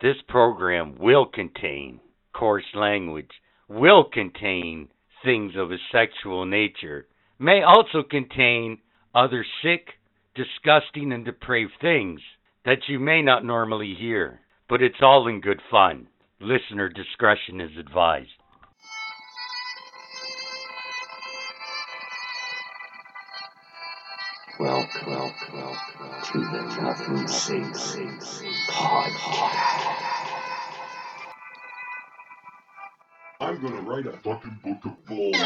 This program will contain coarse language, will contain things of a sexual nature, may also contain other sick, disgusting, and depraved things that you may not normally hear. But it's all in good fun. Listener discretion is advised. Welcome, welcome, welcome to the Nothing Safe Podcast. I'm gonna write a fucking book of balls.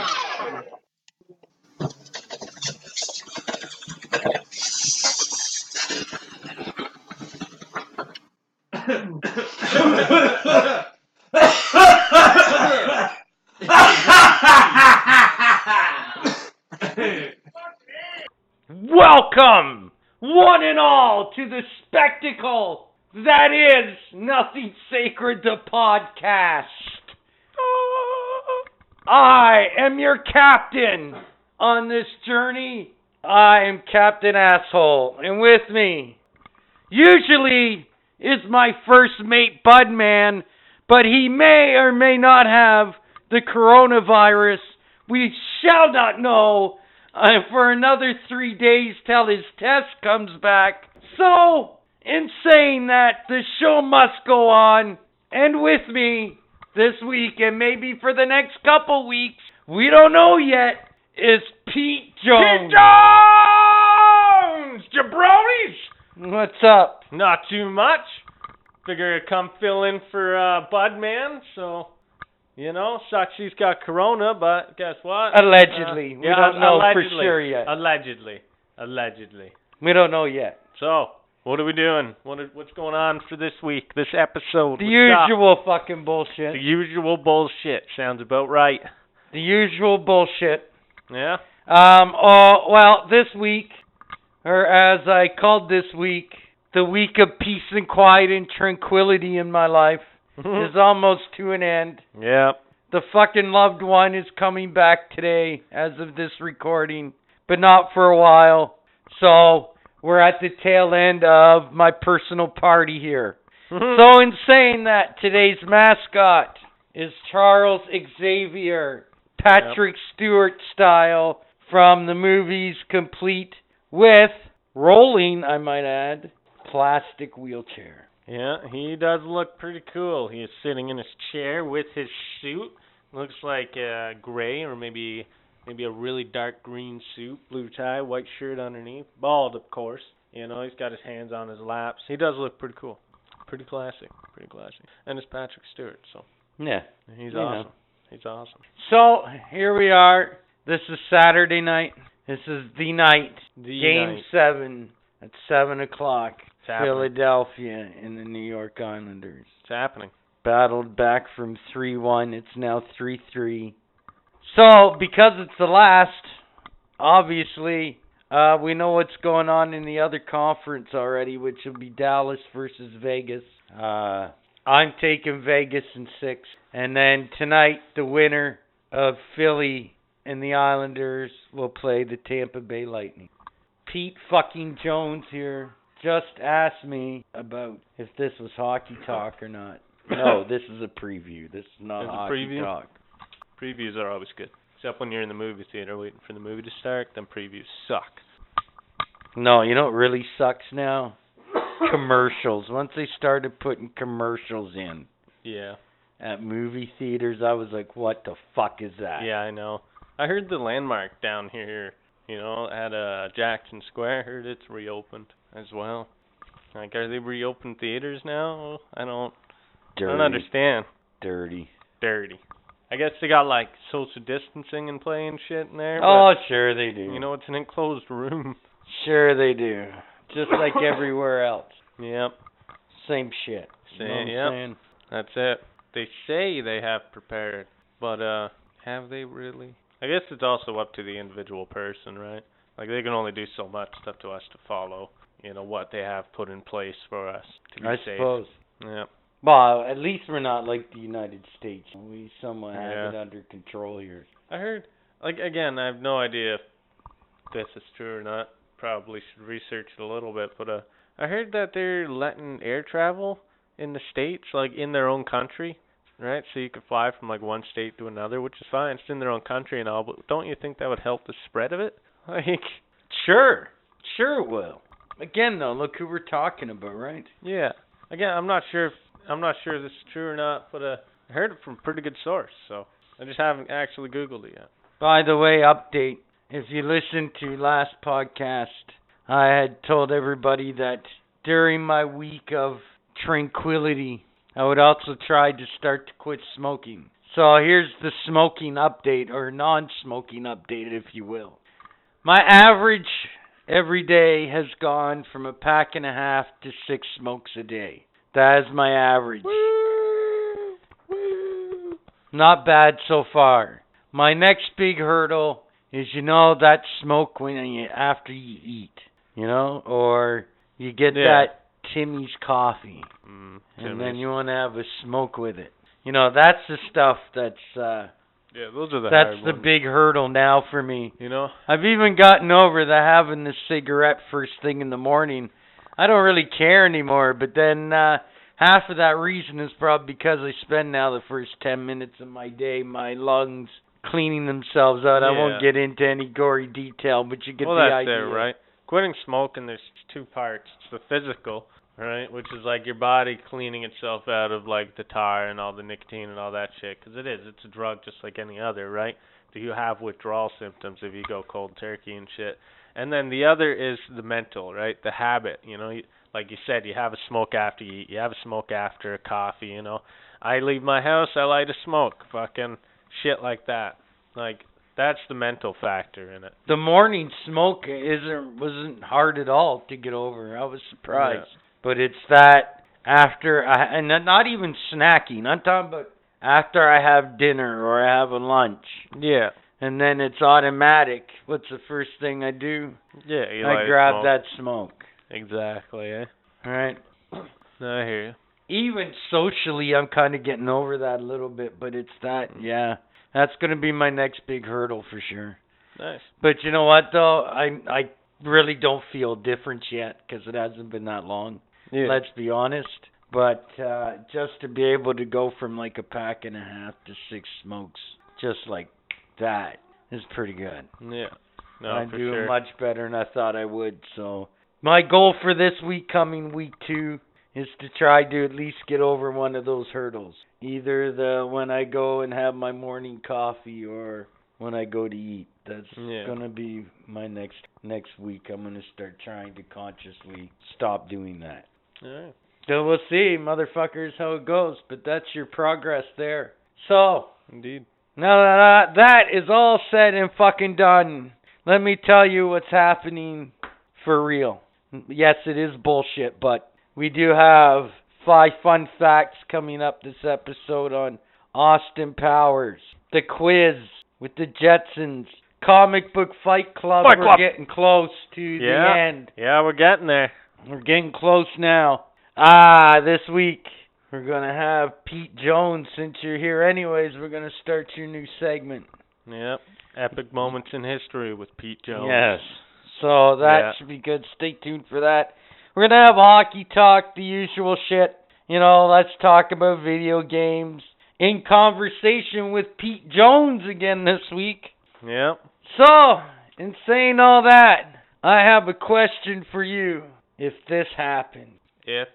Welcome, one and all, to the spectacle that is Nothing Sacred the Podcast. I am your captain on this journey. I am Captain Asshole, and with me, usually, is my first mate Budman, but he may or may not have the coronavirus. We shall not know uh, for another three days till his test comes back. So, in saying that, the show must go on. And with me this week, and maybe for the next couple weeks, we don't know yet, is Pete Jones. Pete Jones! Jabronis! What's up? Not too much. Figure to come fill in for uh, Budman, so you know, sucks he's got corona, but guess what? Allegedly. we Uh, yeah, don't know for allegedly. Uh, sure yet. Allegedly, allegedly. we don't know yet. So, what are we doing? What are, what's going on for this week? This episode? The What's up? usual fucking bullshit. The usual bullshit sounds about right. the usual bullshit. Yeah. Um, oh, well, this week, or as I called this week, the week of peace and quiet and tranquility in my life Mm-hmm. is almost to an end. yeah. The fucking loved one is coming back today as of this recording, but not for a while. So, we're at the tail end of my personal party here. Hmm. So in saying that, today's mascot is Charles Xavier, Patrick Stewart style from the movies complete with rolling, I might add, plastic wheelchair. Yeah, he does look pretty cool. He is sitting in his chair with his suit. Looks like uh gray or maybe maybe a really dark green suit, blue tie, white shirt underneath, bald of course. You know, he's got his hands on his laps. He does look pretty cool. Pretty classic. Pretty classic. And it's Patrick Stewart, so Yeah. he's You know. awesome. He's awesome. So here we are. This is Saturday night. This is the night. The Game night- seven at seven o'clock. it's happening. Philadelphia and the New York Islanders. It's happening. battled back from 3 1. It's now 3 3. So, because it's the last, obviously, uh, we know what's going on in the other conference already, which will be Dallas versus Vegas. Uh, I'm taking Vegas in six. And then tonight, the winner of Philly and the Islanders will play the Tampa Bay Lightning. Pete fucking Jones here just asked me about if this was hockey talk or not. No, this is a preview. This is not It's a hockey preview? talk. Previews are always good. Except when you're in the movie theater waiting for the movie to start, then previews suck. No, you know what really sucks now? commercials. Once they started putting commercials in Yeah. at movie theaters, I was like, what the fuck is that? Yeah, I know. I heard the landmark down here, you know, at uh Jackson Square. I heard it's reopened as well. Like, are they reopened theaters now? I don't. Dirty. I don't understand. Dirty. Dirty. I guess they got like social distancing and play and shit in there. Oh, sure they do. but, you know, it's an enclosed room. Sure they do. Just like everywhere else. Yep, Same shit. You know what Same, I'm yep. saying? that's it. They say they have prepared, but uh, have they really? I guess it's also up to the individual person, right? Like they can only do so much. It's up to us to follow, you know, what they have put in place for us to be I safe. suppose. Yeah. Well, at least we're not like the United States. We somewhat have Yeah. it under control here. I heard, like, again, I have no idea if this is true or not. Probably should research it a little bit, but uh, I heard that they're letting air travel in the states, like in their own country, right? So you could fly from like one state to another, which is fine. It's in their own country and all, but don't you think that would help the spread of it? Like, Sure. Sure it will. Again though, look who we're talking about, right? yeah. Again, I'm not sure if I'm not sure if this is true or not, but uh, I heard it from a pretty good source, so I just haven't actually Googled it yet. By the way, update. If you listened to last podcast, I had told everybody that during my week of tranquility, I would also try to start to quit smoking. So here's the smoking update, or non smoking update, if you will. My average every day has gone from a pack and a half to six smokes a day. That is my average. Not bad so far. My next big hurdle is you know that smoke when you, after you eat, you know, or you get Yeah. that Timmy's coffee, Mm, and then Timmy's. you want to have a smoke with it. You know, that's the stuff that's uh yeah, those are the that's hard the ones, big hurdle now for me. you know. I've even gotten over the having the cigarette first thing in the morning. I don't really care anymore, but then uh half of that reason is probably because I spend now the first 10 minutes of my day my lungs cleaning themselves out. I won't Yeah. get into any gory detail, but you get well, the that's idea. it, right? Quitting smoking, there's two parts. It's the physical, right, which is like your body cleaning itself out of like the tar and all the nicotine and all that shit, because it is. It's a drug just like any other, right? Do you have withdrawal symptoms if you go cold turkey and shit? And then the other is the mental, right? The habit, you know. You, like you said, you have a smoke after you eat. You have a smoke after a coffee, you know. I leave my house, I light a smoke, fucking shit like that. Like that's the mental factor in it. The morning smoke isn't wasn't hard at all to get over. I was surprised, but it's that after I and not even snacking. I'm talking about after I have dinner or I have a lunch, Yeah. and then it's automatic. What's the first thing I do? Yeah, you I light a grab smoke. that smoke. Exactly, eh? All right. No, I hear you. Even socially, I'm kind of getting over that a little bit, but it's that. Yeah, that's gonna be my next big hurdle for sure. Nice. But you know what though, I I really don't feel a difference yet because it hasn't been that long. Yeah. Let's be honest. But uh just to be able to go from like a pack and a half to six smokes, just like that, is pretty good. yeah. No, I'm for doing sure. much better than I thought I would. So my goal for this week, coming week two, is to try to at least get over one of those hurdles. Either the when I go and have my morning coffee, or when I go to eat. That's Yeah. gonna be my next next week. I'm gonna start trying to consciously stop doing that. Alright. So we'll see, motherfuckers, how it goes. But that's your progress there. So. Indeed. Now that that is all said and fucking done, let me tell you what's happening for real. Yes, it is bullshit, but we do have five fun facts coming up this episode on Austin Powers, the quiz with the Jetsons, comic book Fight Club. Fight We're Club. getting close to Yeah. the end. Yeah, we're getting there. We're getting close now. Ah, this week we're gonna have Pete Jones. Since you're here, anyways, we're gonna start your new segment. Yep. Epic moments in history with Pete Jones. Yes. So that Yeah. should be good. Stay tuned for that. We're gonna have hockey talk, the usual shit. You know, let's talk about video games. In conversation with Pete Jones again this week. Yep. So, in saying all that, I have a question for you. If this happened, If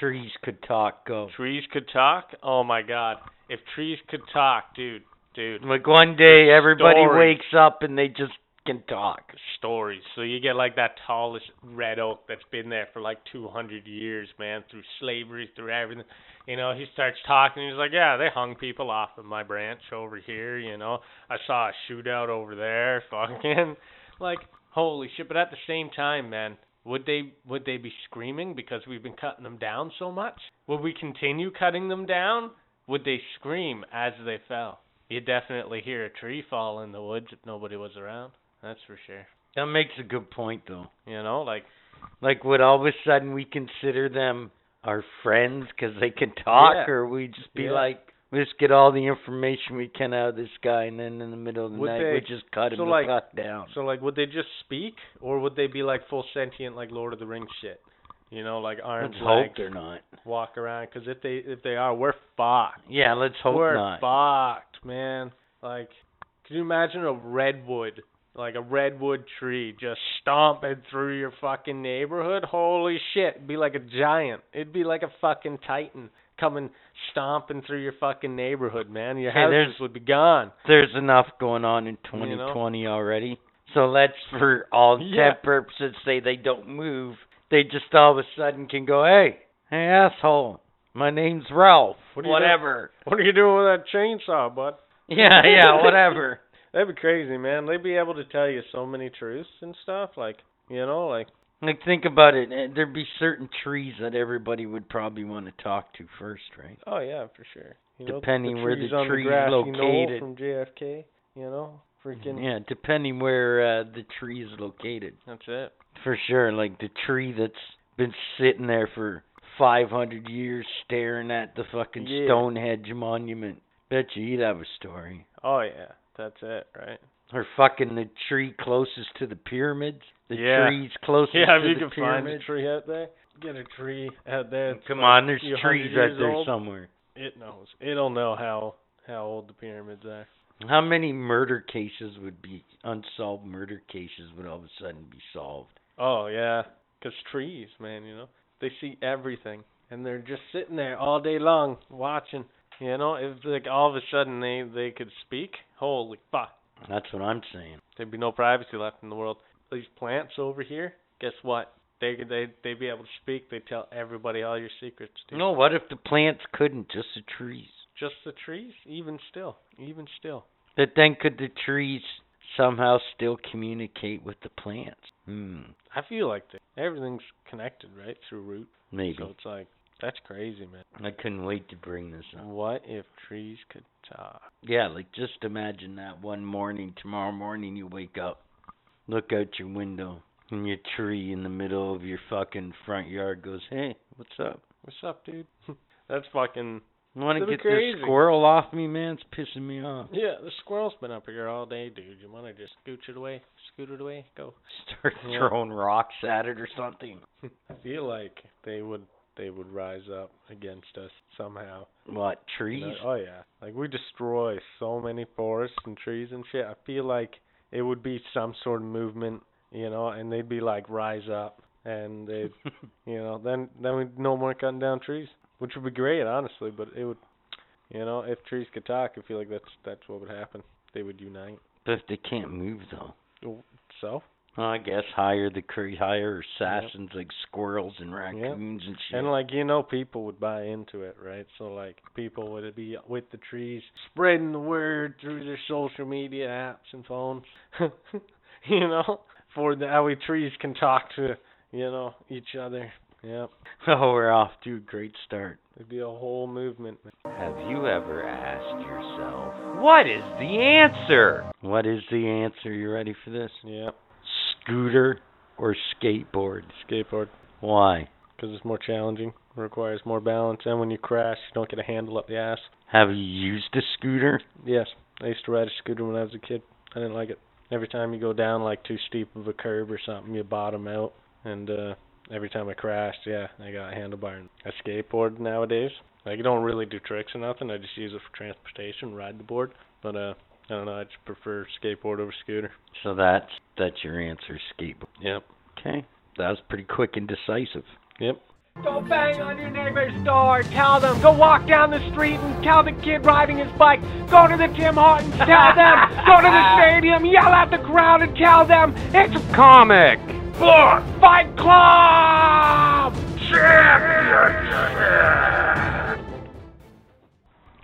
trees could talk, go. trees could talk, oh my god. If trees could talk, dude, dude. Like one day everybody Story. wakes up and they just can talk. stories. So you get like that tallest red oak that's been there for like 200 years, man, through slavery, through everything. You know, he starts talking. He's like, "Yeah, they hung people off of my branch over here. You know, I saw a shootout over there. Fucking, like, holy shit!" But at the same time, man, would they would they be screaming because we've been cutting them down so much? Would we continue cutting them down? Would they scream as they fell? You'd definitely hear a tree fall in the woods if nobody was around. That's for sure. That makes a good point though. You know, like Like would all of a sudden we consider them our friends because they can talk, Yeah. or we just be Yeah. like, we just get all the information we can out of this guy, and then in the middle of the Would night they- we just cut so, him like- the fuck down. so like would they just speak or would they be like full sentient like Lord of the Rings shit? You know, like arms, Let's legs, hope they're not. walk around. Because if they if they are, we're fucked. Yeah, let's hope we're not. fucked, man. Like, can you imagine a redwood, like a redwood tree, just stomping through your fucking neighborhood? Holy shit! It'd be like a giant. It'd be like a fucking titan coming stomping through your fucking neighborhood, man. Your Hey, houses there's- would be gone. There's enough going on in 2020 already. So let's, for all Yeah. intent purposes, say they don't move. They just all of a sudden can go, hey, hey, asshole, my name's Ralph. What are you doing? whatever. What are you doing with that chainsaw, bud? Yeah, yeah, whatever. That'd be crazy, man. They'd be able to tell you so many truths and stuff. Like, you know, like Like think about it. eh, There'd be certain trees that everybody would probably want to talk to first, right? Oh yeah, for sure. You know, Depending the where the trees on tree's the grassy knoll located. from JFK, you know, freaking. Yeah, depending where uh, the tree is located, That's it. for sure. Like the tree that's been sitting there for 500 years, staring at the fucking Yeah. Stonehenge monument. Bet you he'd have a story. Oh yeah, that's it, right? Or fucking the tree closest to the pyramids. The Yeah. trees closest yeah, to if you the can find a pyramids. tree out there, get a tree out there. that's Come like on, there's a few hundred trees out years there old. somewhere. It knows. It'll know how how old the pyramids are. How many murder cases would be unsolved murder cases would all of a sudden be solved? Oh yeah, 'cause trees, man, you know, they see everything, and they're just sitting there all day long watching. You know, if like all of a sudden they they could speak, holy fuck. That's what I'm saying. There'd be no privacy left in the world. These plants over here, guess what? They they they'd be able to speak. They tell everybody all your secrets. Dude. No, what if the plants couldn't, just the trees? Just the trees, even still, even still. But then could the trees somehow still communicate with the plants? Hmm, I feel like that everything's connected, right, through root. So maybe. it's like that's crazy, man. I couldn't wait to bring this up. What if trees could talk? Yeah, like just imagine that one morning, tomorrow morning you wake up, look out your window, and your tree in the middle of your fucking front yard goes, "Hey, what's up?" What's up, dude? that's fucking. I want to That'd get be crazy. this squirrel off me, man. It's pissing me off. Yeah, the squirrel's been up here all day, dude. You want to just scooch it away? Scoot it away? Go. Start Yeah. throwing rocks at it or something. I feel like they would they would rise up against us somehow. What You know, trees? oh yeah, like we destroy so many forests and trees and shit. I feel like it would be some sort of movement, you know, and they'd be like rise up, and they, would you know, then then we would no more cutting down trees, which would be great, honestly. But it would, you know, if trees could talk, I feel like that's that's what would happen. They would unite. but if they can't move though, So well, I guess hire the cre- hire assassins like squirrels and raccoons and shit. and like you know, people would buy into it, right? So like people would be with the trees, spreading the word through their social media apps and phones. you know, for the, how we trees can talk to you know each other. Yep, oh, we're off to a great start. it'd be a whole movement. Have you ever asked yourself, what is the answer? What is the answer? You ready for this? Yep, Scooter or skateboard? skateboard Why? because it's more challenging, requires more balance, and when you crash, you don't get a handle up the ass. Have you used a scooter? Yes, I used to ride a scooter when I was a kid. I didn't like it. Every time you go down like too steep of a curb or something, you bottom out. And uh every time I crashed, yeah, I got a handlebar. And I skateboard nowadays. Like I don't really do tricks or nothing. I just use it for transportation, ride the board. But uh I don't know. I just prefer skateboard over scooter. So that's that's your answer, skateboard. Yep. Okay. That was pretty quick and decisive. Yep. Go bang on your neighbor's door. Tell them. Go walk down the street and tell the kid riding his bike. Go to the Tim Hortons. Tell them. Go to the stadium. Yell at the crowd and tell them it's a comic. Book. Fight Club.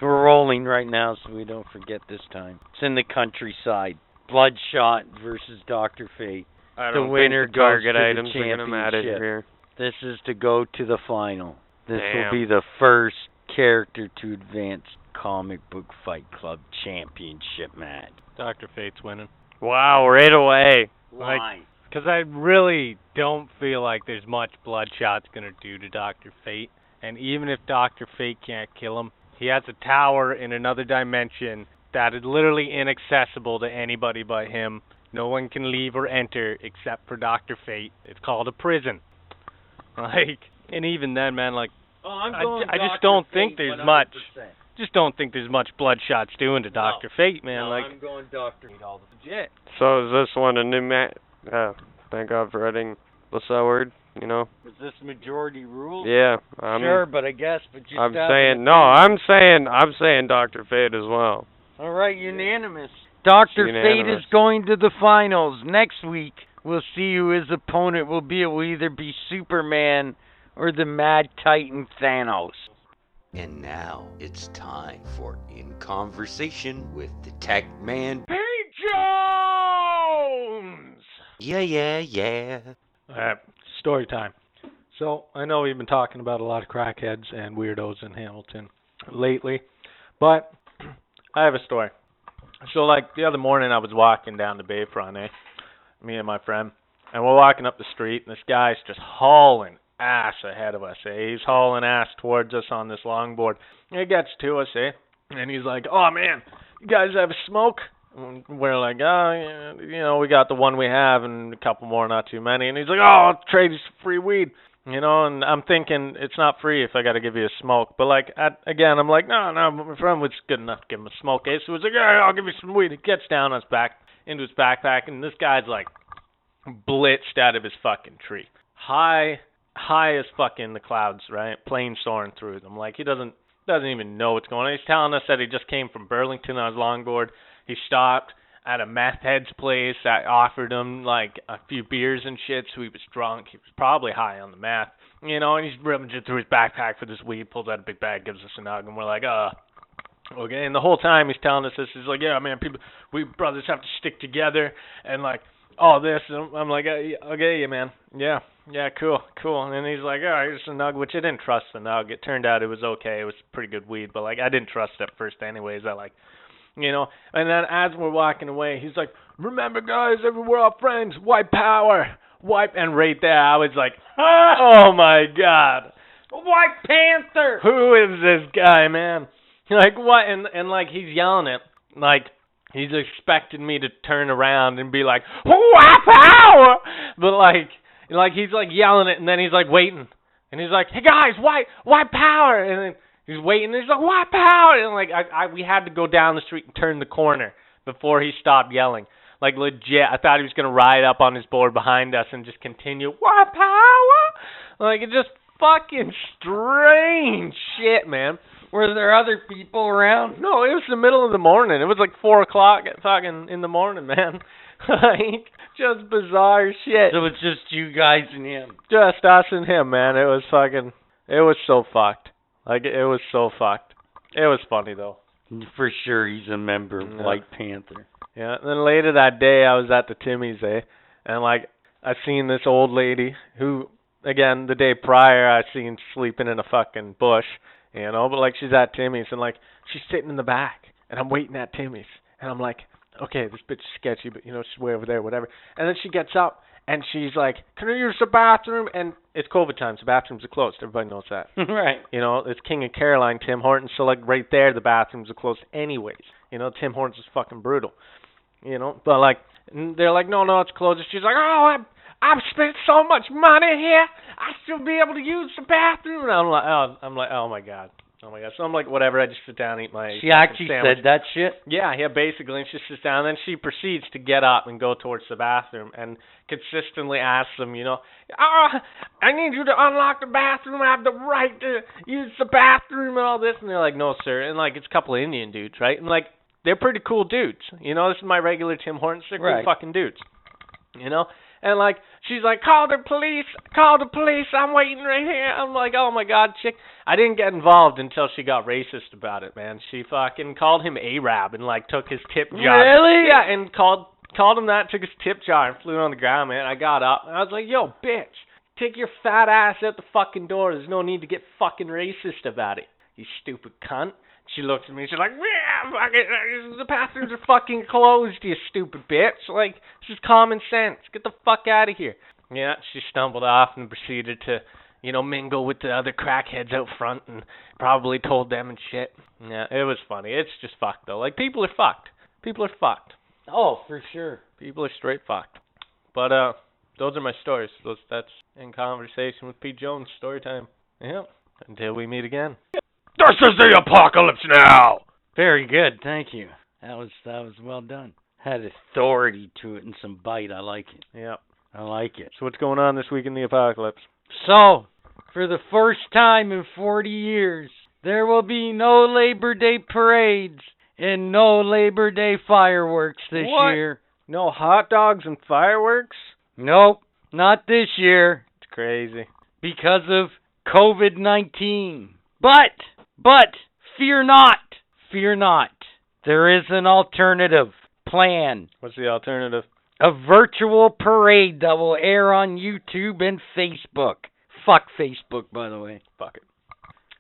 We're rolling right now so we don't forget this time. It's in the countryside. Bloodshot versus Dr. Fate. I The don't winner think the target goes to the items are gonna matter championship. here. This is to go to the final. This Damn. will be the first character to advance comic book fight club championship match. Doctor Fate's winning. Wow, right away. Like- Why? Because I really don't feel like there's much Bloodshot's going to do to Dr. Fate. And even if Dr. Fate can't kill him, he has a tower in another dimension that is literally inaccessible to anybody but him. No one can leave or enter except for Dr. Fate. It's called a prison. Like, and even then, man, like, Oh, I'm I going ju- I just Dr. don't think Fate there's 100%. much, just don't think there's much Bloodshot's doing to Doctor Fate, man. no, like, I'm going Doctor Fate all the legit. So is this one a new ma- uh, thank God for adding the S word, you know? Is this majority rule? Yeah. I'm sure, but I guess, but you I'm stopped saying no, I'm saying I'm saying Doctor Fate as well. All right, unanimous. Dr. Fate Unanimous. is going to the finals. Next week, we'll see who his opponent will be. It will either be Superman or the Mad Titan Thanos. And now it's time for In Conversation with the Tech Man. P. Jones! Yeah, yeah, yeah. Alright, story time. So, I know we've been talking about a lot of crackheads and weirdos in Hamilton lately, but I have a story. So, like, the other morning I was walking down the Bayfront, eh? Me and my friend, and we're walking up the street, and this guy's just hauling ass ahead of us, eh? He's hauling ass towards us on this longboard. And He gets to us, eh? And he's like, oh man, you guys have a smoke? And we're like, oh, yeah, you know, we got the one we have and a couple more, not too many. And he's like, oh, I'll trade you some free weed. You know, and I'm thinking it's not free if I got to give you a smoke. But like, I, again, I'm like, no, no, my friend was good enough to give him a smoke. Eh? So he's like, yeah, I'll give you some weed. He gets down on his back into his backpack, and this guy's like blitzed out of his fucking tree, high, high as fuck in the clouds, right? Plane soaring through them. Like he doesn't doesn't even know what's going on. He's telling us that he just came from Burlington on his longboard. He stopped at a meth head's place. I offered him like a few beers and shit, so he was drunk. He was probably high on the meth, you know. And he's rummaging through his backpack for this weed, pulls out a big bag, gives us a nog, and we're like, uh. Okay, and the whole time he's telling us this, he's like, "Yeah, man, people, we brothers have to stick together, and like, all this." And I'm- I'm like, "Uh, yeah, "Okay, yeah, man, yeah, yeah, cool, cool. And then he's like, all right, here's the nug, which I didn't trust the nug. It turned out it was okay. It was pretty good weed, but like I didn't trust it at first anyways. I like, you know. And then as we're walking away, he's like, remember guys, we're all friends. White power, wipe. And right there, I was like, oh my god, White Panther! who is this guy, man? Like what? And and like he's yelling it, like he's expecting me to turn around and be like, "Wow, power!" But like, like he's like yelling it, and then he's like waiting, and he's like, "Hey guys, why, why power?" And then he's waiting, and he's like, "Why power?" And like, I, I we had to go down the street and turn the corner before he stopped yelling. Like legit, I thought he was gonna ride up on his board behind us and just continue. Why power? Like it just fucking strange shit, man. Were there other people around? No, it was the middle of the morning. It was like four o'clock at fucking in the morning, man. like just bizarre shit. So it's just you guys and him. Just us and him, man. It was fucking. It was so fucked. Like it was so fucked. It was funny though. For sure, he's a member of Yeah. White Panther. Yeah. And then later that day, I was at the Timmy's, eh, and like I seen this old lady who, again, the day prior, I seen sleeping in a fucking bush, you know. But like she's at Timmy's, and like she's sitting in the back, and I'm waiting at Timmy's, and I'm like, okay, this bitch is sketchy, but you know she's way over there, whatever. And then she gets up. And she's like, "Can I use the bathroom?" And it's COVID time, so bathrooms are closed. Everybody knows that. right. You know, it's King of Caroline, Tim Hortons. So like right there, the bathrooms are closed anyways. You know, Tim Hortons is fucking brutal. You know, but like and they're like, no, no, it's closed. And she's like, oh, I, I've spent so much money here, I still be able to use the bathroom. And I'm like, oh, I'm like, oh my god, oh my god. So I'm like, whatever. I just sit down, and eat my She actually sandwich. said that shit. Yeah, yeah, basically. And she sits down, and then she proceeds to get up and go towards the bathroom and consistently asks them, you know, oh, I need you to unlock the bathroom. I have the right to use the bathroom and all this. And they're like, no, sir. And, like, it's a couple of Indian dudes, right? And, like, they're pretty cool dudes. You know, this is my regular Tim Hortons. They're cool Right. fucking dudes. You know? And, like, she's like, call the police, call the police. I'm waiting right here. I'm like, oh, my God, chick. I didn't get involved until she got racist about it, man. She fucking called him Arab and like took his tip jar. Really? Yeah, and called called him that, took his tip jar and flew on the ground, man. I got up and I was like, "Yo, bitch, take your fat ass out the fucking door. There's no need to get fucking racist about it. You stupid cunt." She looks at me. She's like, "Yeah, fucking, uh, the bathrooms are fucking closed, you stupid bitch. Like, this is common sense. Get the fuck out of here." Yeah, she stumbled off and proceeded to you know, mingle with the other crackheads out front and probably told them and shit. Yeah, it was funny. It's just fucked though. Like people are fucked. People are fucked. Oh, for sure. People are straight fucked. But uh those are my stories. Those that's in conversation with Pete Jones. Story time. Yep. Until we meet again. This is the apocalypse now. Very good, thank you. That was that was well done. Had authority to it and some bite. I like it. Yep. I like it. So what's going on this week in the apocalypse? So, for the first time in 40 years, there will be no Labor Day parades and no Labor Day fireworks this What? year. No hot dogs and fireworks. Nope, not this year It's crazy. because of COVID 19. But, but, fear not, fear not. There is an alternative plan What's the alternative? a virtual parade that will air on YouTube and Facebook. Fuck Facebook, by the way. Fuck it.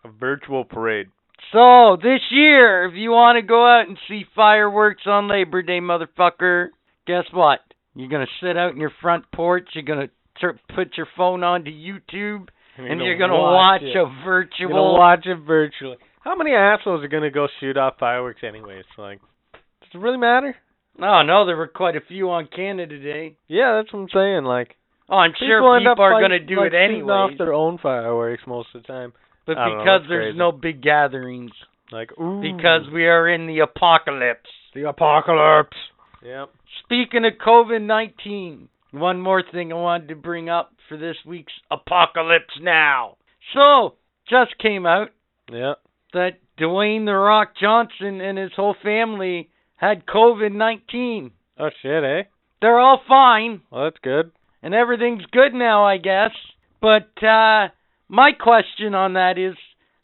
A virtual parade. So, this year, if you want to go out and see fireworks on Labor Day, motherfucker, guess what? You're going to sit out in your front porch, you're going to tur put your phone onto YouTube, and you're going to watch, it. a virtual. You're gonna watch it virtually. How many assholes are gonna go shoot off fireworks anyway? It's like, does it really matter? oh, no, there were quite a few on Canada Day. Yeah, that's what I'm saying. Like, Oh, I'm people sure end up people are like, going to do like it shooting off anyway, their own fireworks most of the time. but I don't know, because that's there's crazy. Hmm. no big gatherings, Like, ooh, because we are in the apocalypse. the apocalypse. Yep. Speaking of COVID 19, one more thing I wanted to bring up for this week's Apocalypse Now. So, just came out Yep. that Dwayne The Rock Johnson and his whole family had COVID 19. Oh shit, eh? They're all fine, Well, that's good. and everything's good now, I guess. But uh, my question on that is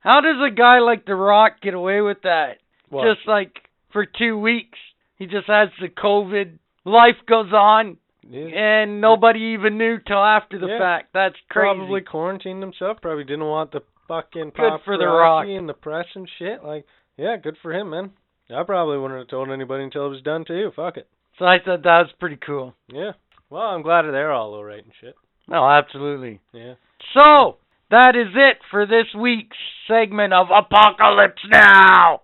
how does a guy like The Rock get away with that? What? Just like for two weeks, he just has the COVID, life goes on. Yeah. and nobody even knew till after the Yeah. fact. That's crazy. Probably quarantined himself. Probably didn't want the fucking Good paparazzi for The Rock. and the press and shit. Like, yeah, good for him, man. I probably wouldn't have told anybody until it was done too. Fuck it. So I thought that was pretty cool. Yeah. Well, I'm glad they're all alright and shit. No, absolutely. Yeah. So that is it for this week's segment of Apocalypse Now.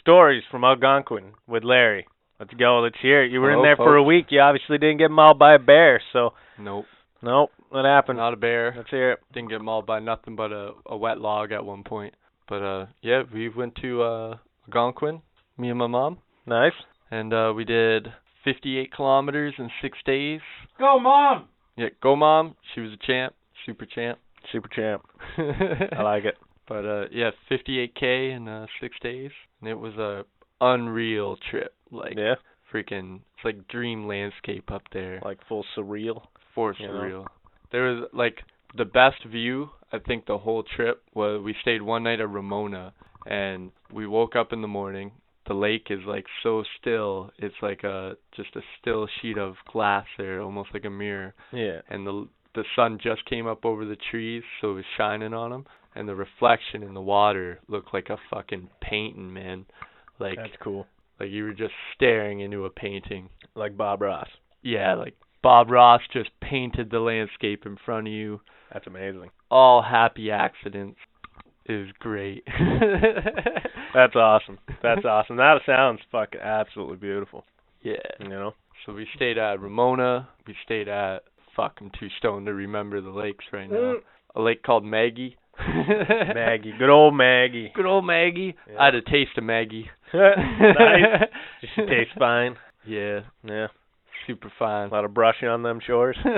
Stories from Algonquin with Larry. Let's go. Let's hear it. You were in Hello, there for a folks. week. You obviously didn't get mauled by a bear, so Nope. nope. What happened? Not a bear. Let's hear it. Didn't get mauled by nothing but a, a wet log at one point. But uh, yeah, we went to uh, Algonquin, me and my mom, Nice. and uh, we did 58 kilometers in six days. Go, mom. Yeah, go mom. She was a champ, super champ. Super champ. I like it. But uh, yeah, 58k in uh, six days, and it was a unreal trip. Like Yeah. freaking, it's like dream landscape up there. Like full surreal. for you know? surreal. There was like the best view I think the whole trip was we stayed one night at Ramona and we woke up in the morning. The lake is like so still. It's like a just a still sheet of glass there, almost like a mirror. Yeah. And the the sun just came up over the trees, so it was shining on them. And the reflection in the water looked like a fucking painting, man. Like That's cool. like you were just staring into a painting Like Bob Ross. yeah, like Bob Ross just painted the landscape in front of you. That's amazing. All happy accidents is great. That's awesome. That's awesome. That sounds fucking absolutely beautiful. yeah. You know? So we stayed at Ramona. We stayed at fuck. I'm too stoned to remember the lakes right now. A lake called Maggie. Maggie. Good old Maggie. Good old Maggie. Yeah. I had a taste of Maggie. nice. She tastes fine. Yeah. Yeah. Super fine. A lot of brushing on them shores. A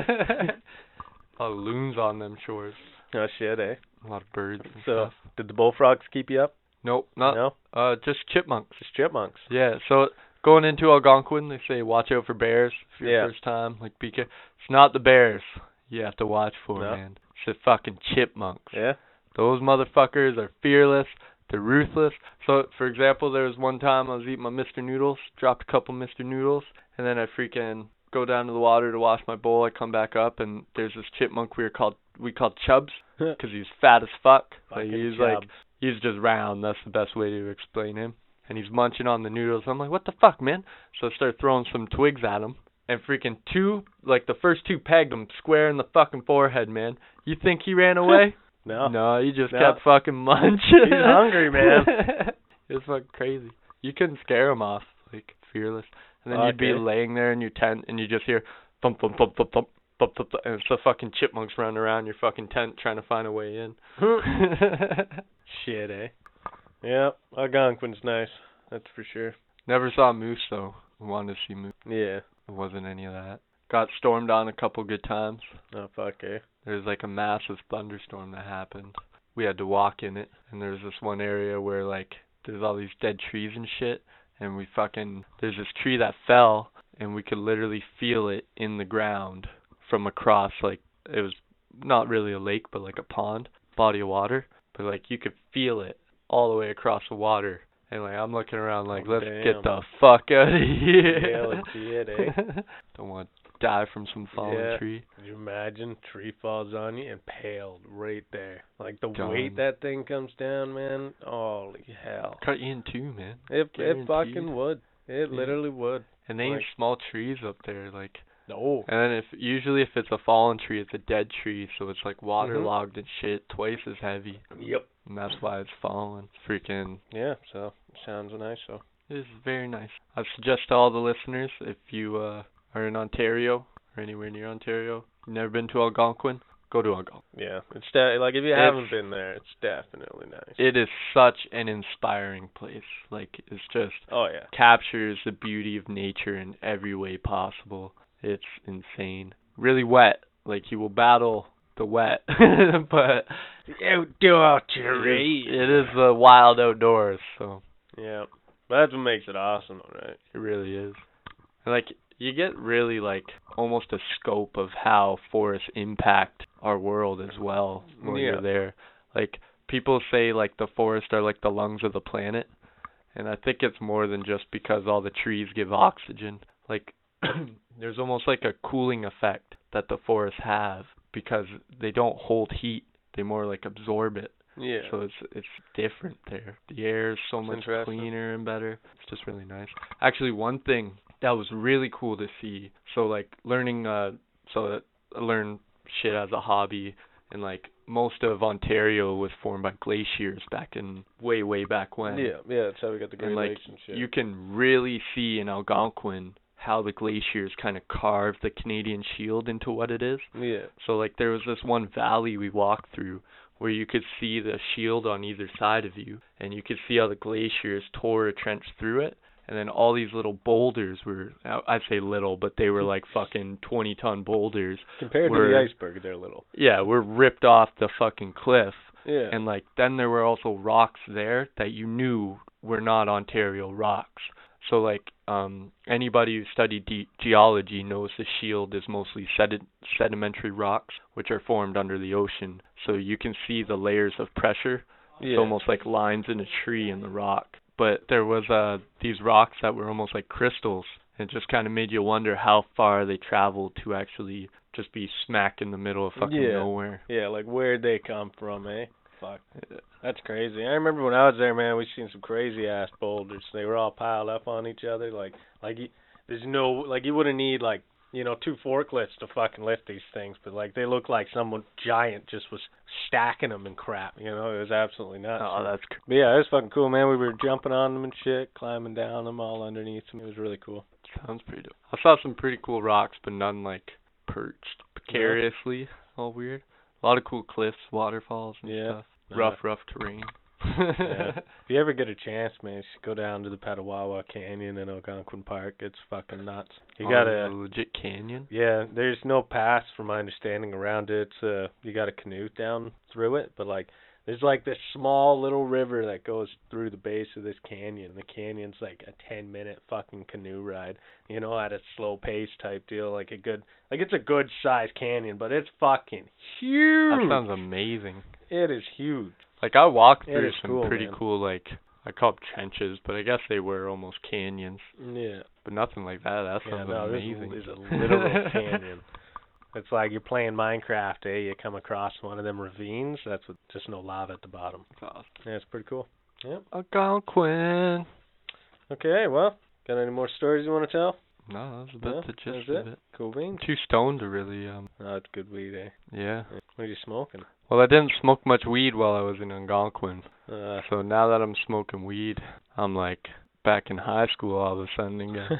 lot of loons on them shores. Oh shit, eh? A lot of birds and So stuff. did the bullfrogs keep you up? Nope, not no? uh just chipmunks. Just chipmunks. Yeah, so going into Algonquin, they say watch out for bears if you're Yeah. first time. Like, be ca- It's not the bears you have to watch for, No. man. It's the fucking chipmunks. Yeah? Those motherfuckers are fearless. They're ruthless. So, for example, there was one time I was eating my Mr. Noodles, dropped a couple Mr. Noodles, and then I freaking go down to the water to wash my bowl. I come back up, and there's this chipmunk we were called we called Chubs because he's fat as fuck. Like, Fucking he's like chub. he's just round. That's the best way to explain him. And he's munching on the noodles. I'm like, what the fuck, man? So I start throwing some twigs at him, and freaking two, like the first two pegged him square in the fucking forehead, man. You think he ran away? No. No, you just No. kept fucking munching. He's hungry, man. it's fucking crazy. You couldn't scare him off, like fearless. And then you'd be Okay. laying there in your tent and you just hear thump thump thump thump thump bup, bup, bup, and it's the fucking chipmunks running around your fucking tent trying to find a way in. Shit, eh? Yep, Algonquin's nice. That's for sure. Never saw moose though. Wanted to see moose. Yeah. There wasn't any of that. Got stormed on a couple good times. Oh fuck, eh? There was like a massive thunderstorm that happened. We had to walk in it, and there's this one area where like there's all these dead trees and shit, and we fucking there's this tree that fell, and we could literally feel it in the ground from across like it was not really a lake but like a pond, body of water, but like you could feel it all the way across the water. And like I'm looking around like Oh, let's get damn. the fuck out of here. Yeah, legit, eh? Don't want to die from some fallen Yeah. tree. Could you imagine? Tree falls on you, impaled right there. Like the Done. weight that thing comes down, man. Holy hell! Cut you in two, man. It it Guaranteed. fucking would. It Yeah. literally would. And they ain't Like- small trees up there, like. No. And then if usually if it's a fallen tree, it's a dead tree, so it's like waterlogged and shit, twice as heavy, Yep. and that's why it's fallen. Freaking, Yeah. So sounds nice. So this is very nice. I suggest to all the listeners if you uh, are in Ontario or anywhere near Ontario, never been to Algonquin, go to Algonquin. yeah, it's de- like if you It's- haven't been there, it's definitely nice. It is such an inspiring place. Like it's just oh yeah. captures the beauty of nature in every way possible. It's insane. Really wet. Like you will battle the wet, but Outdoor it is the wild outdoors. So Yeah. But that's what makes it awesome, though, right? it really is. And, like you get really like almost a scope of how forests impact our world as well when Yeah. you're there. Like people say like the forests are like the lungs of the planet. And I think it's more than just because all the trees give oxygen. Like there's almost like a cooling effect that the forests have because they don't hold heat. They more like absorb it. Yeah. So it's it's different there. The air is so It's much interesting. cleaner and better. It's just really nice. Actually, one thing that was really cool to see. So like learning uh so that I learn shit as a hobby and like most of Ontario was formed by glaciers back in way way back when. yeah, yeah, that's how we got the Great And like Lakes and shit. you can really see in Algonquin how the glaciers kind of carved the Canadian Shield into what it is. yeah. So like there was this one valley we walked through where you could see the shield on either side of you and you could see how the glaciers tore a trench through it and then all these little boulders were I- I'd say little but they were like fucking 20 ton boulders. Compared to Where- the iceberg, they're little. Yeah, were ripped off the fucking cliff Yeah. and like then there were also rocks there that you knew were not Ontario rocks. So like um anybody who studied de- geology knows the shield is mostly sedi- sedimentary rocks which are formed under the ocean. So you can see the layers of pressure. yeah. It's almost like lines in a tree in the rock. But there was uh these rocks that were almost like crystals. It just kind of made you wonder how far they traveled to actually just be smack in the middle of fucking Yeah. nowhere. Yeah, like where'd they come from, eh? Fuck. That's crazy. I remember when I was there, man, we seen some crazy ass boulders. They were all piled up on each other like like you, there's no like you wouldn't need like, you know, two forklifts to fucking lift these things, but like they look like someone giant just was stacking them and crap, you know? It was absolutely nuts. Oh, that's cr- But yeah, it was fucking cool, man. We were jumping on them and shit, climbing down them all underneath them. It was really cool. Sounds pretty dope. I saw some pretty cool rocks, but none like perched precariously. All weird. A lot of cool cliffs, waterfalls, and Yeah. stuff. Uh, Rough, rough terrain. Yeah. If you ever get a chance, man, you should go down to the Petawawa Canyon in Algonquin Park. It's fucking nuts. You On gotta uh, a legit canyon. Yeah, there's no pass from my understanding around it. Uh, you got to canoe down through it, but like there's like this small little river that goes through the base of this canyon. The canyon's like a 10 minute fucking canoe ride, you know, at a slow pace type deal. Like a good, like it's a good sized canyon, but it's fucking That huge. sounds amazing. It is huge. Hmm. Like I walked It through is some cool, pretty man. cool like I call 'em trenches, but I guess they were almost canyons, Yeah. but nothing like that. That Yeah, sounds no, this is- amazing. is a literal canyon. It's like you're playing Minecraft, eh? You come across one of them ravines. That's what, just no lava at the bottom. It's awesome. Yeah, it's pretty cool. Algonquin. Okay, well, got any more stories you want to tell? No, that's No, about the that's gist of it? it. Cool beans. Too stoned to really um Oh, it's good weed, eh? yeah. What are you smoking? Well, I didn't smoke much weed while I was in Algonquin. Uh, So now that I'm smoking weed, I'm like back in high school all of a sudden again.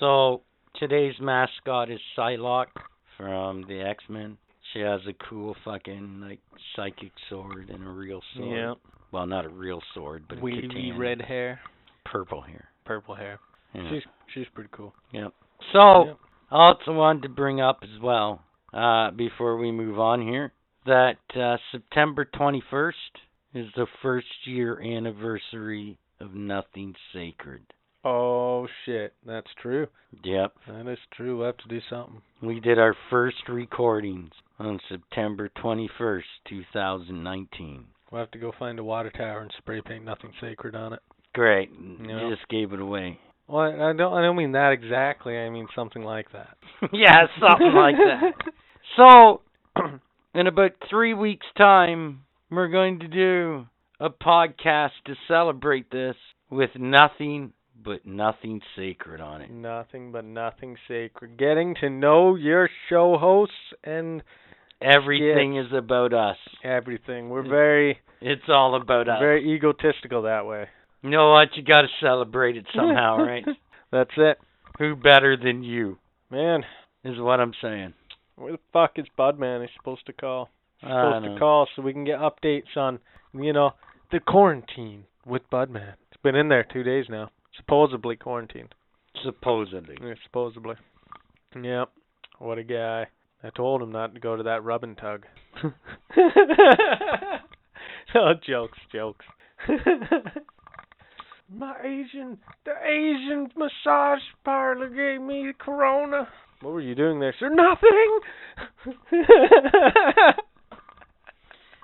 So Today's mascot is Psylocke from the X Men. She has a cool fucking like psychic sword and a real sword. Yeah. Well, not a real sword, but a Wavy katan. red hair, purple hair. purple hair. Yeah. She's she's pretty cool. So, Yeah. I also wanted to bring up as well, uh, before we move on here, that uh, September 21st is the first year anniversary of Nothing Sacred. Oh shit, that's true. Yep. That is true. We'll have to do something. We did our first recordings on September 21st, 2019. We'll have to go find a water tower and spray paint nothing sacred on it. Great. Yeah. You just gave it away. Well, I I don't I don't mean that exactly. I mean something like that. yeah, something like that. So, in about three weeks' time, we're going to do a podcast to celebrate this with nothing but nothing sacred on it. Nothing but nothing sacred. Getting to know your show hosts and Everything is about us. everything. We're very It's all about us. very egotistical that way. You know what? You got to celebrate it somehow, right? That's it, Who better than you man. is what I'm saying. Where the fuck is Budman? He's supposed to call. He's I supposed know. to call so we can get updates on you know the quarantine with Budman. It's been in there two days now. Supposedly quarantined. Supposedly. Yeah, supposedly. Yep. What a guy. I told him not to go to that rub and tug. oh, jokes, jokes. My Asian, the Asian massage parlor gave me corona. What were you doing there, sir? Nothing.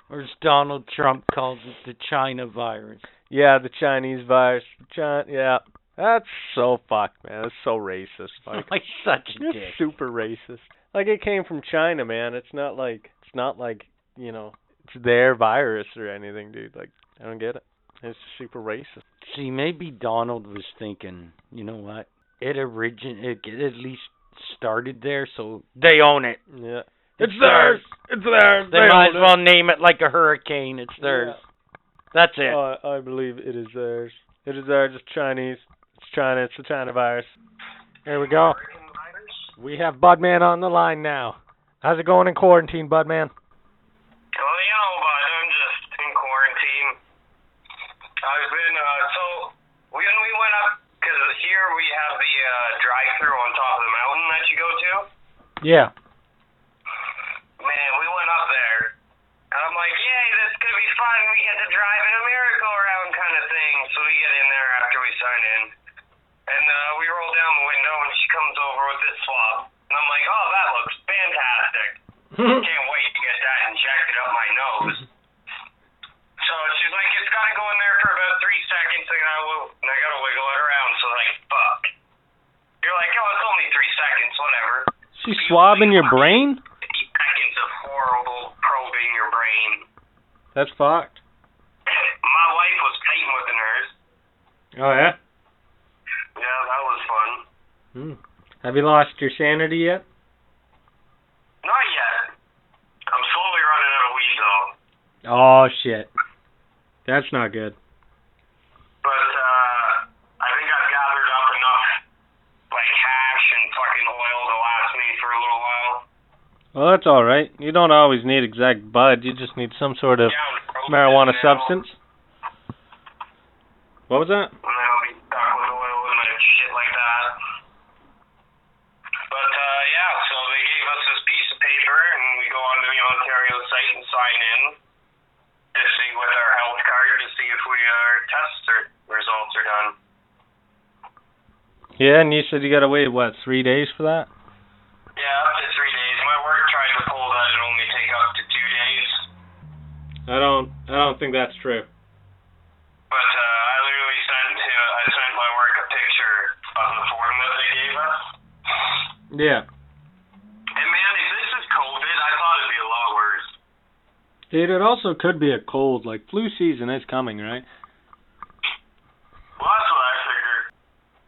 Or as Donald Trump calls it, the China virus. Yeah, the Chinese virus. China, yeah. That's so fucked, man. That's so racist. Like, Like such a it's dick. super racist. Like it came from China, man. It's not like it's not like you know it's their virus or anything, dude. Like I don't get it. It's super racist. See, maybe Donald was thinking, you know what? It origin, it g- at least started there, so they own it. Yeah. It's theirs. It's theirs. They might as well name it like a hurricane. It's theirs. That's it. Oh, I I believe it is theirs. It is theirs. It's Chinese. It's China. It's the China virus. There we go. We have Budman on the line now. How's it going in quarantine, Budman? Well, you know, but I'm just in quarantine. I've been, uh, so when we went up, because here we have the uh, drive through on top of the mountain that you go to. Yeah. Man, we went up there. And I'm like, yay, this is going to be fun. We get to drive in a miracle around kind of thing. So we get in there after we sign in. And uh, we roll down the window, and she comes over with this swab. And I'm like, oh, that looks fantastic. Can't wait to get that injected up my nose. So she's like, it's got to go in there for about three seconds, and I, will, and I got to wiggle it around. So, like, fuck. You're like, oh, it's only three seconds, whatever. She's swabbing your brain? 50 seconds of horrible probing your brain. That's fucked. My wife was fighting with the nurse. Oh yeah. Yeah, that was fun. Hmm. Have you lost your sanity yet? Not yet. I'm slowly running out of weed though. Oh shit. That's not good. But uh I think I've gathered up enough like hash and fucking oil to last me for a little while. Well, that's all right. You don't always need exact bud. You just need some sort of Yeah, I'm probing marijuana it now, substance. What was that? And then I'll be stuck with oil and like shit like that. But uh yeah, so they gave us this piece of paper and we go onto the Ontario site and sign in to see with our health card to see if we uh, our test or results are done. Yeah, and you said you gotta wait what three days for that? Yeah, up to three days. My work tried to pull that it only take up to two days, I don't. I don't think that's true. but uh, I literally sent to I sent my work a picture of the form that they gave us. Yeah. And man, if this is COVID, I thought it'd be a lot worse. Dude, it also could be a cold. Like flu season is coming, right? Well, that's what I figured.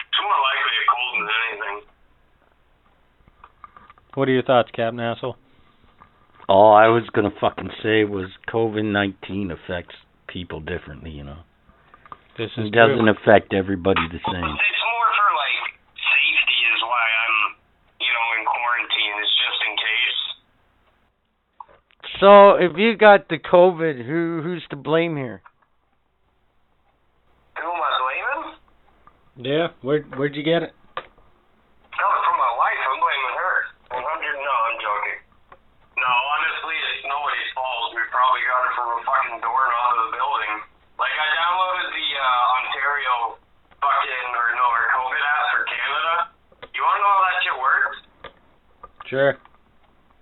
It's more likely a cold than anything. What are your thoughts, Captain Asshole? All I was gonna fucking say was COVID nineteen affects people differently. You know, This it doesn't affect everybody the same. It's more for like safety is why I'm So if you got the COVID, who who's to blame here? Who am I blaming? Yeah, where where'd you get it? No, for my wife, I'm blaming her. 100, no, I'm joking. No, honestly, it's nobody's fault. We probably got it from a fucking doorknob of the building. Like, I downloaded the uh, Ontario fucking, or no, or COVID app for Canada. You want to know how that shit works? Sure.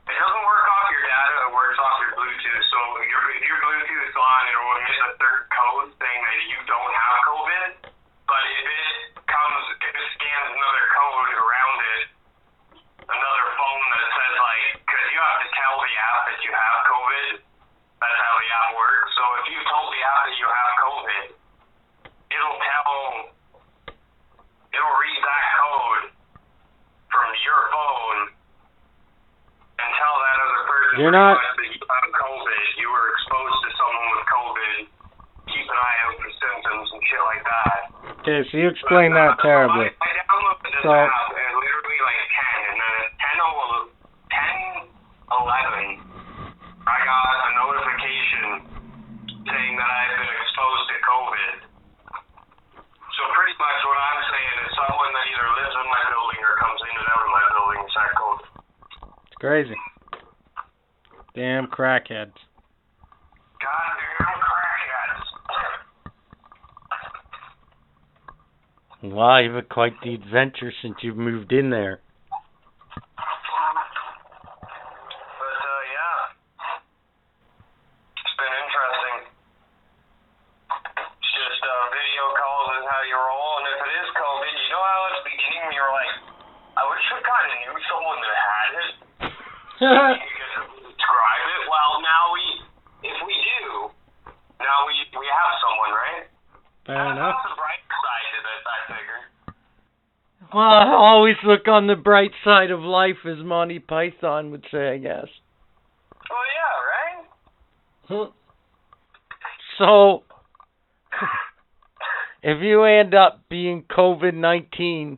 It doesn't work off your data, it works off your Bluetooth. So if your, if your Bluetooth is on, it will emit a third code saying that you don't have COVID. But if it comes, if it scans another code around it, another phone that says, like, because you have to tell the app that you have COVID. That's how the app works. So if you told the app that you have COVID, it'll tell, it'll read that code from your phone and tell that other person You're not- that you have COVID, you were exposed to someone with COVID, keep an eye out for symptoms and shit like that. Okay, so you explain that terribly. I downloaded this So- app at literally like 10, and then oh at 10, o- 10 11, I got a notification saying that I've been exposed to COVID. So pretty much what I'm saying is someone that either lives in my building or comes in and out of my building is that COVID. It's crazy. Damn crackheads. Goddamn crackheads. Wow, you've had quite the adventure since you've moved in there. But uh, yeah, it's been interesting. It's just uh, video calls is how you roll, and if it is COVID, you know how at the beginning when you're like, I wish we kind of knew someone that had it. you could describe it. Well, now we, if we do, now we we have someone, right? Fair enough. That's the bright side to this, I figure. Well, I always look on the bright side of life, as Monty Python would say, I guess. Well, yeah, right. Huh. So, if you end up being COVID 19,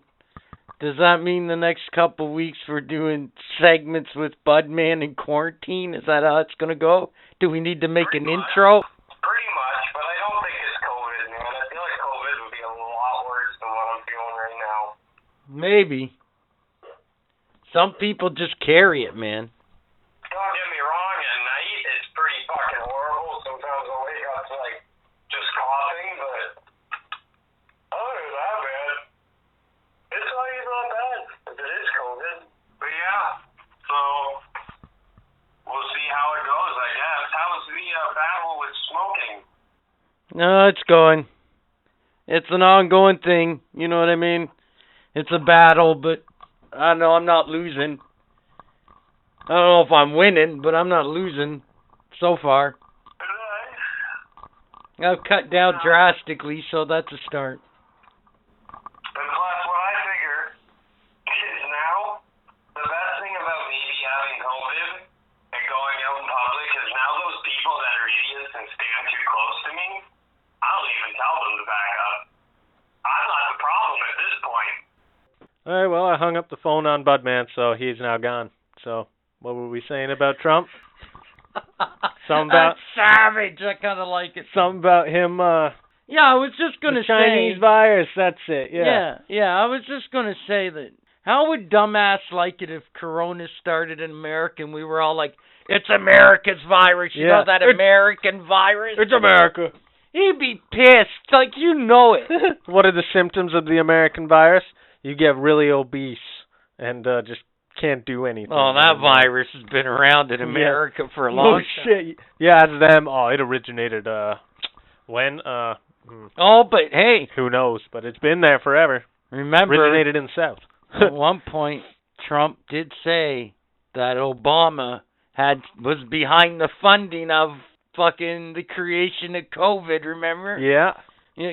does that mean the next couple weeks we're doing segments with Budman in quarantine? Is that how it's going to go? Do we need to make an intro? Pretty much, but I don't think it's COVID, man. I feel like COVID would be a lot worse than what I'm feeling right now. Maybe. Some people just carry it, man. Don't get me wrong, at night it's pretty fucking horrible. Sometimes I wake up to like just coughing, but other than that, man, it's not even that bad. If it is COVID. But yeah, so we'll see how it goes, I guess. How's the uh, battle with smoking? No, it's going. It's an ongoing thing. You know what I mean? It's a battle, but I know I'm not losing. I don't know if I'm winning, but I'm not losing so far. I've cut down drastically, so that's a start. And plus, what I figure is now the best thing about maybe having COVID and going out in public is now those people that are idiots and stand too close to me, I don't even tell them to back up. I'm not the problem at this point. All right, well, I hung up the phone on Budman, so he's now gone. So, what were we saying about Trump? Something about- That's savage. I kind of like it. Something about him, uh, Yeah, I was just gonna the Chinese say. virus. That's it. Yeah. yeah, yeah, I was just gonna say that. How would dumbass like it if Corona started in America and we were all like, "It's America's virus," you Yeah. know that It's- American virus? It's America. He'd be pissed. Like you know it. what are the symptoms of the American virus? You get really obese and uh, just can't do anything. oh, that anymore. virus has been around in Yeah. America for a Oh long time. shit! Yeah, it's them. Oh, it originated uh, when uh, hmm, Oh, but hey, who knows? But it's been there forever. remember Originated in the south. at one point Trump did say that Obama had was behind the funding of fucking the creation of COVID. Remember? yeah, Yeah,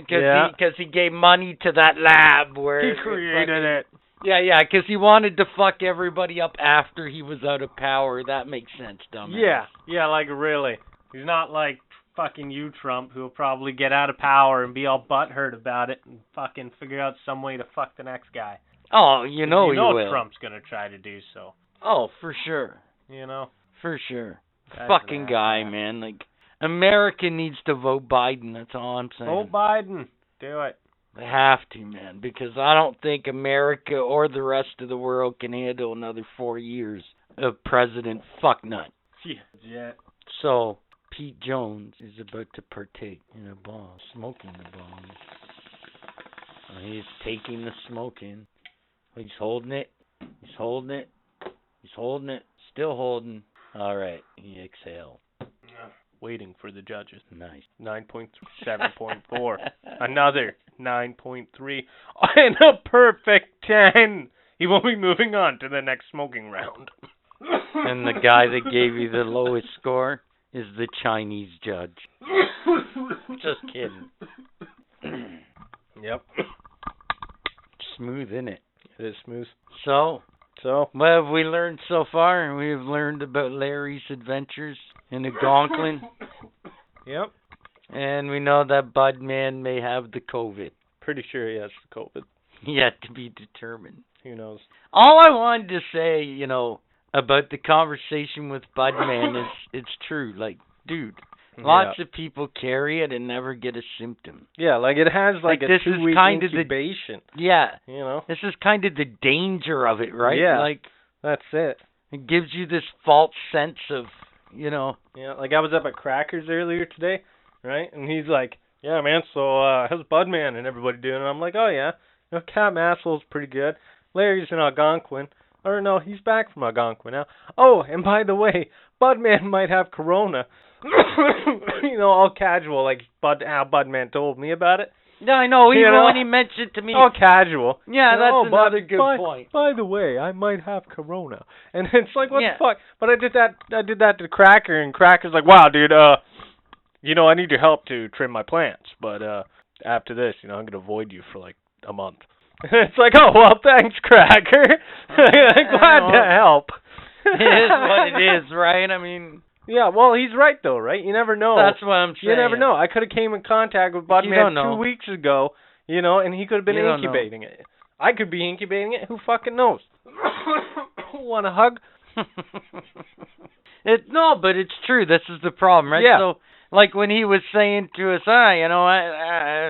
because Yeah. he, gave money to that lab where he created it. Yeah, yeah, because he wanted to fuck everybody up after he was out of power. That makes sense, dumbass. Yeah, yeah, like really. He's not like fucking you, Trump, who'll probably get out of power and be all butthurt about it and fucking figure out some way to fuck the next guy. Oh, you know you know he will. Trump's gonna try to do so. Oh, for sure, You know. for sure. Guy's an fucking guy, asshole. man. Like America needs to vote Biden. That's all I'm saying. Vote Biden. Do it. They have to, man, because I don't think America or the rest of the world can handle another four years of President Fucknut. Yeah. yeah. So Pete Jones is about to partake in a bomb, smoking the bomb. And He's taking the smoke in. He's holding it. He's holding it. He's holding it. Still holding. All right. He exhaled. Waiting for the judges. Nice. 9.7.4. Another 9.3. And a perfect 10. He will be moving on to the next smoking round. And the guy that gave you the lowest score is the Chinese judge. Just kidding. Yep. Smooth in it. It is smooth. So, So, What have we learned so far? We have learned about Larry's adventures in Algonquin, yep. and we know that Budman may have the COVID. Pretty sure he has the COVID. Yet to be determined. Who knows? All I wanted to say, you know, about the conversation with Budman is it's true. Like, dude, lots of people carry it and never get a symptom. yeah. yeah, like it has like, Like, a this is two-week kinda the- incubation. Yeah, You know, this is kind of the danger of it, right? Yeah. Like, that's it. it gives you this false sense of, you know, Yeah, like I was up at Crackers earlier today, right? And he's like, "Yeah, man. So uh, how's Budman and everybody doing?" And I'm like, "Oh yeah, you know, Cap Massell's pretty good. Larry's in Algonquin, or no, he's back from Algonquin now. Oh, and by the way, Budman might have Corona. you know, all casual, like Bud how Budman told me about it. No, I know. Oh, You Even know? when he mentioned to me, All casual. yeah, You that's know, "Oh, another by, good by, point. By the way, I might have corona, and it's like, what Yeah. the fuck? But I did that. I did that to Cracker, and Cracker's like, wow, dude. Uh, you know, I need your help to trim my plants, but uh, after this, you know, I'm gonna avoid you for like a month. it's like, oh well, thanks, Cracker. Glad to help. it is what it is, right? I mean, Yeah, well, he's right though, right? You never know. that's what I'm you saying. never know. I could have came in contact with You don't Budman know. two weeks ago, you know, and he could have been You don't know. incubating it. I could be incubating it. Who fucking knows? Want a hug? it no, but it's true. This is the problem, right? Yeah. So, like when he was saying to us, "Ah, you know, I,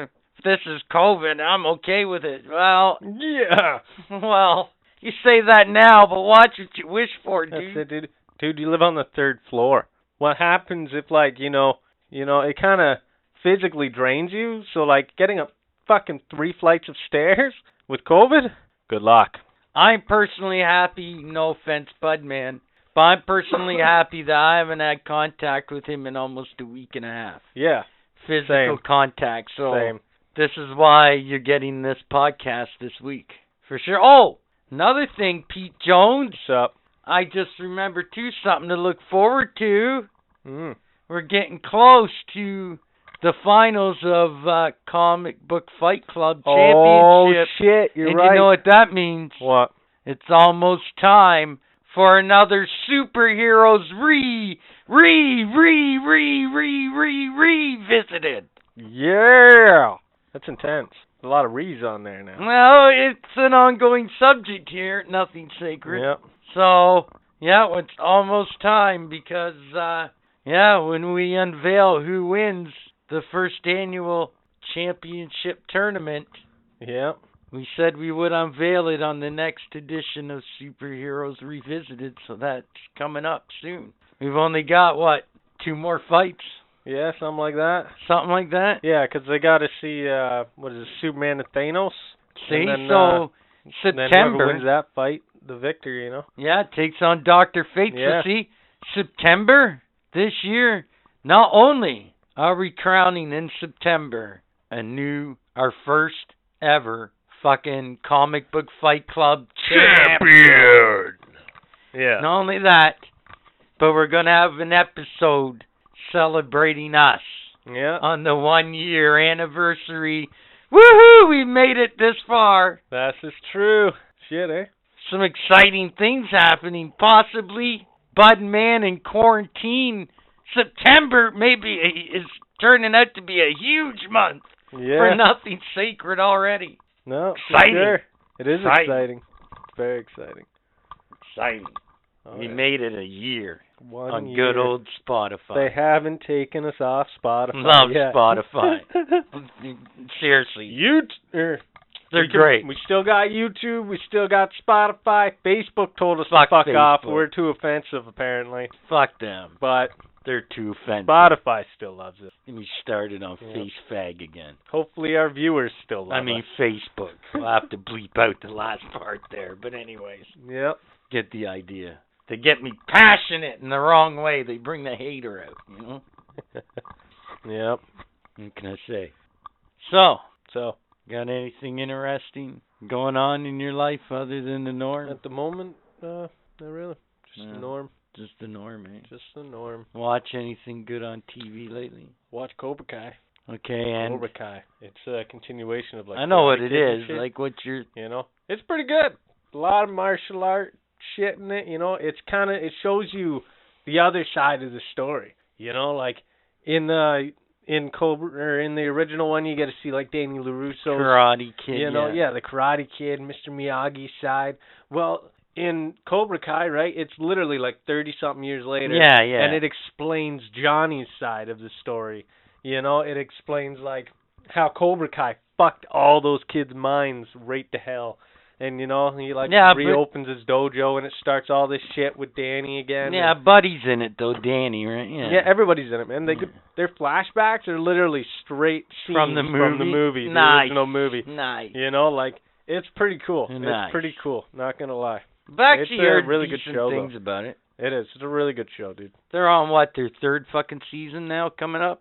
I, if this is COVID, I'm okay with it." Well, Yeah. well, you say that now, but watch what you wish for, That's dude. it, dude. Dude, you live on the third floor. What happens if, like, you know, you know, it kind of physically drains you? So, like, getting up fucking three flights of stairs with COVID? Good luck. I'm personally happy. No offense, Budman, but I'm personally happy that I haven't had contact with him in almost a week and a half. Yeah. physical Same. contact. So Same. this is why you're getting this podcast this week for sure. Oh, another thing, Pete Jones. What's up? I just remember too something to look forward to. Mm. We're getting close to the finals of uh, Comic Book Fight Club Oh, Championship, shit. You're and right. you know what that means? What? It's almost time for another superheroes re re re re re re revisited. Yeah. That's intense. A lot of rees on there now. Well, it's an ongoing subject here, nothing sacred. Yep. So, yeah, it's almost time because, uh, yeah, when we unveil who wins the first annual championship tournament, Yep. we said we would unveil it on the next edition of Superheroes Revisited, so that's coming up soon. We've only got, what, two more fights? Yeah, something like that. Something like that? Yeah, 'cause they got to see, uh, what is it, Superman and Thanos? See? And then, so, And then whoever September. wins that fight, the victor, you know? Yeah, it takes on Dr. Fate. Yeah. So see, September this year, not only are we crowning in September a new, our first ever fucking comic book fight club champion. Yeah. Not only that, but we're going to have an episode celebrating us Yeah. on the one year anniversary. Woohoo, we made it this far. That's is true. Shit, eh? some exciting things happening. Possibly Budman in quarantine. September maybe is turning out to be a huge month Yeah. for nothing sacred already. no, for Exciting. sure. It is Exciting. exciting. It's very exciting. Exciting. Oh, we yeah. made it a year. one on year. good old Spotify. They haven't taken us off Spotify. Love yet. Spotify. Seriously, You t- er, they're we can- great. We still got YouTube. We still got Spotify. Facebook told us Fuck to fuck off. Facebook. We're too offensive, apparently. Fuck them. But They're too offensive. Spotify still loves us. Let me start it on Yep. face fag again. Hopefully, our viewers still love I mean us. Facebook. We'll have to bleep out the last part there, but anyways, Yep. get the idea. They get me passionate in the wrong way. They bring the hater out. You know Yep. what can I say? So, So got anything interesting going on in your life other than the norm? at the moment, uh, not really. Just Yeah. the norm. Just the norm, eh? Just the norm. Watch anything good on TV lately? Watch Cobra Kai. Okay, and Cobra Kai. It's a continuation of like. I know Karate what it Kid and is. shit, Like what you're you know, it's pretty good. A lot of martial art shit in it. You know, it's kind of it shows you the other side of the story. You know, like in the in Cobra or in the original one, you get to see like Danny LaRusso. Karate Kid. you know, yeah. yeah, the Karate Kid, Mr. Miyagi side. Well, in Cobra Kai, right? It's literally like thirty something years later. Yeah, yeah. And it explains Johnny's side of the story. You know, it explains like how Cobra Kai fucked all those kids' minds right to hell. And you know, he like Yeah, but- reopens his dojo and it starts all this shit with Danny again. yeah, buddy's in it though, Danny, right? Yeah. Yeah, everybody's in it, man. They could, their flashbacks are literally straight scenes From the from the movie? movie, the Nice. original movie. nice. You know, like it's pretty cool. Nice. It's pretty cool. Not gonna lie, Back It's to a your really good decent show, though. things about it. it is. It's a really good show, dude. They're on what their third fucking season now coming up.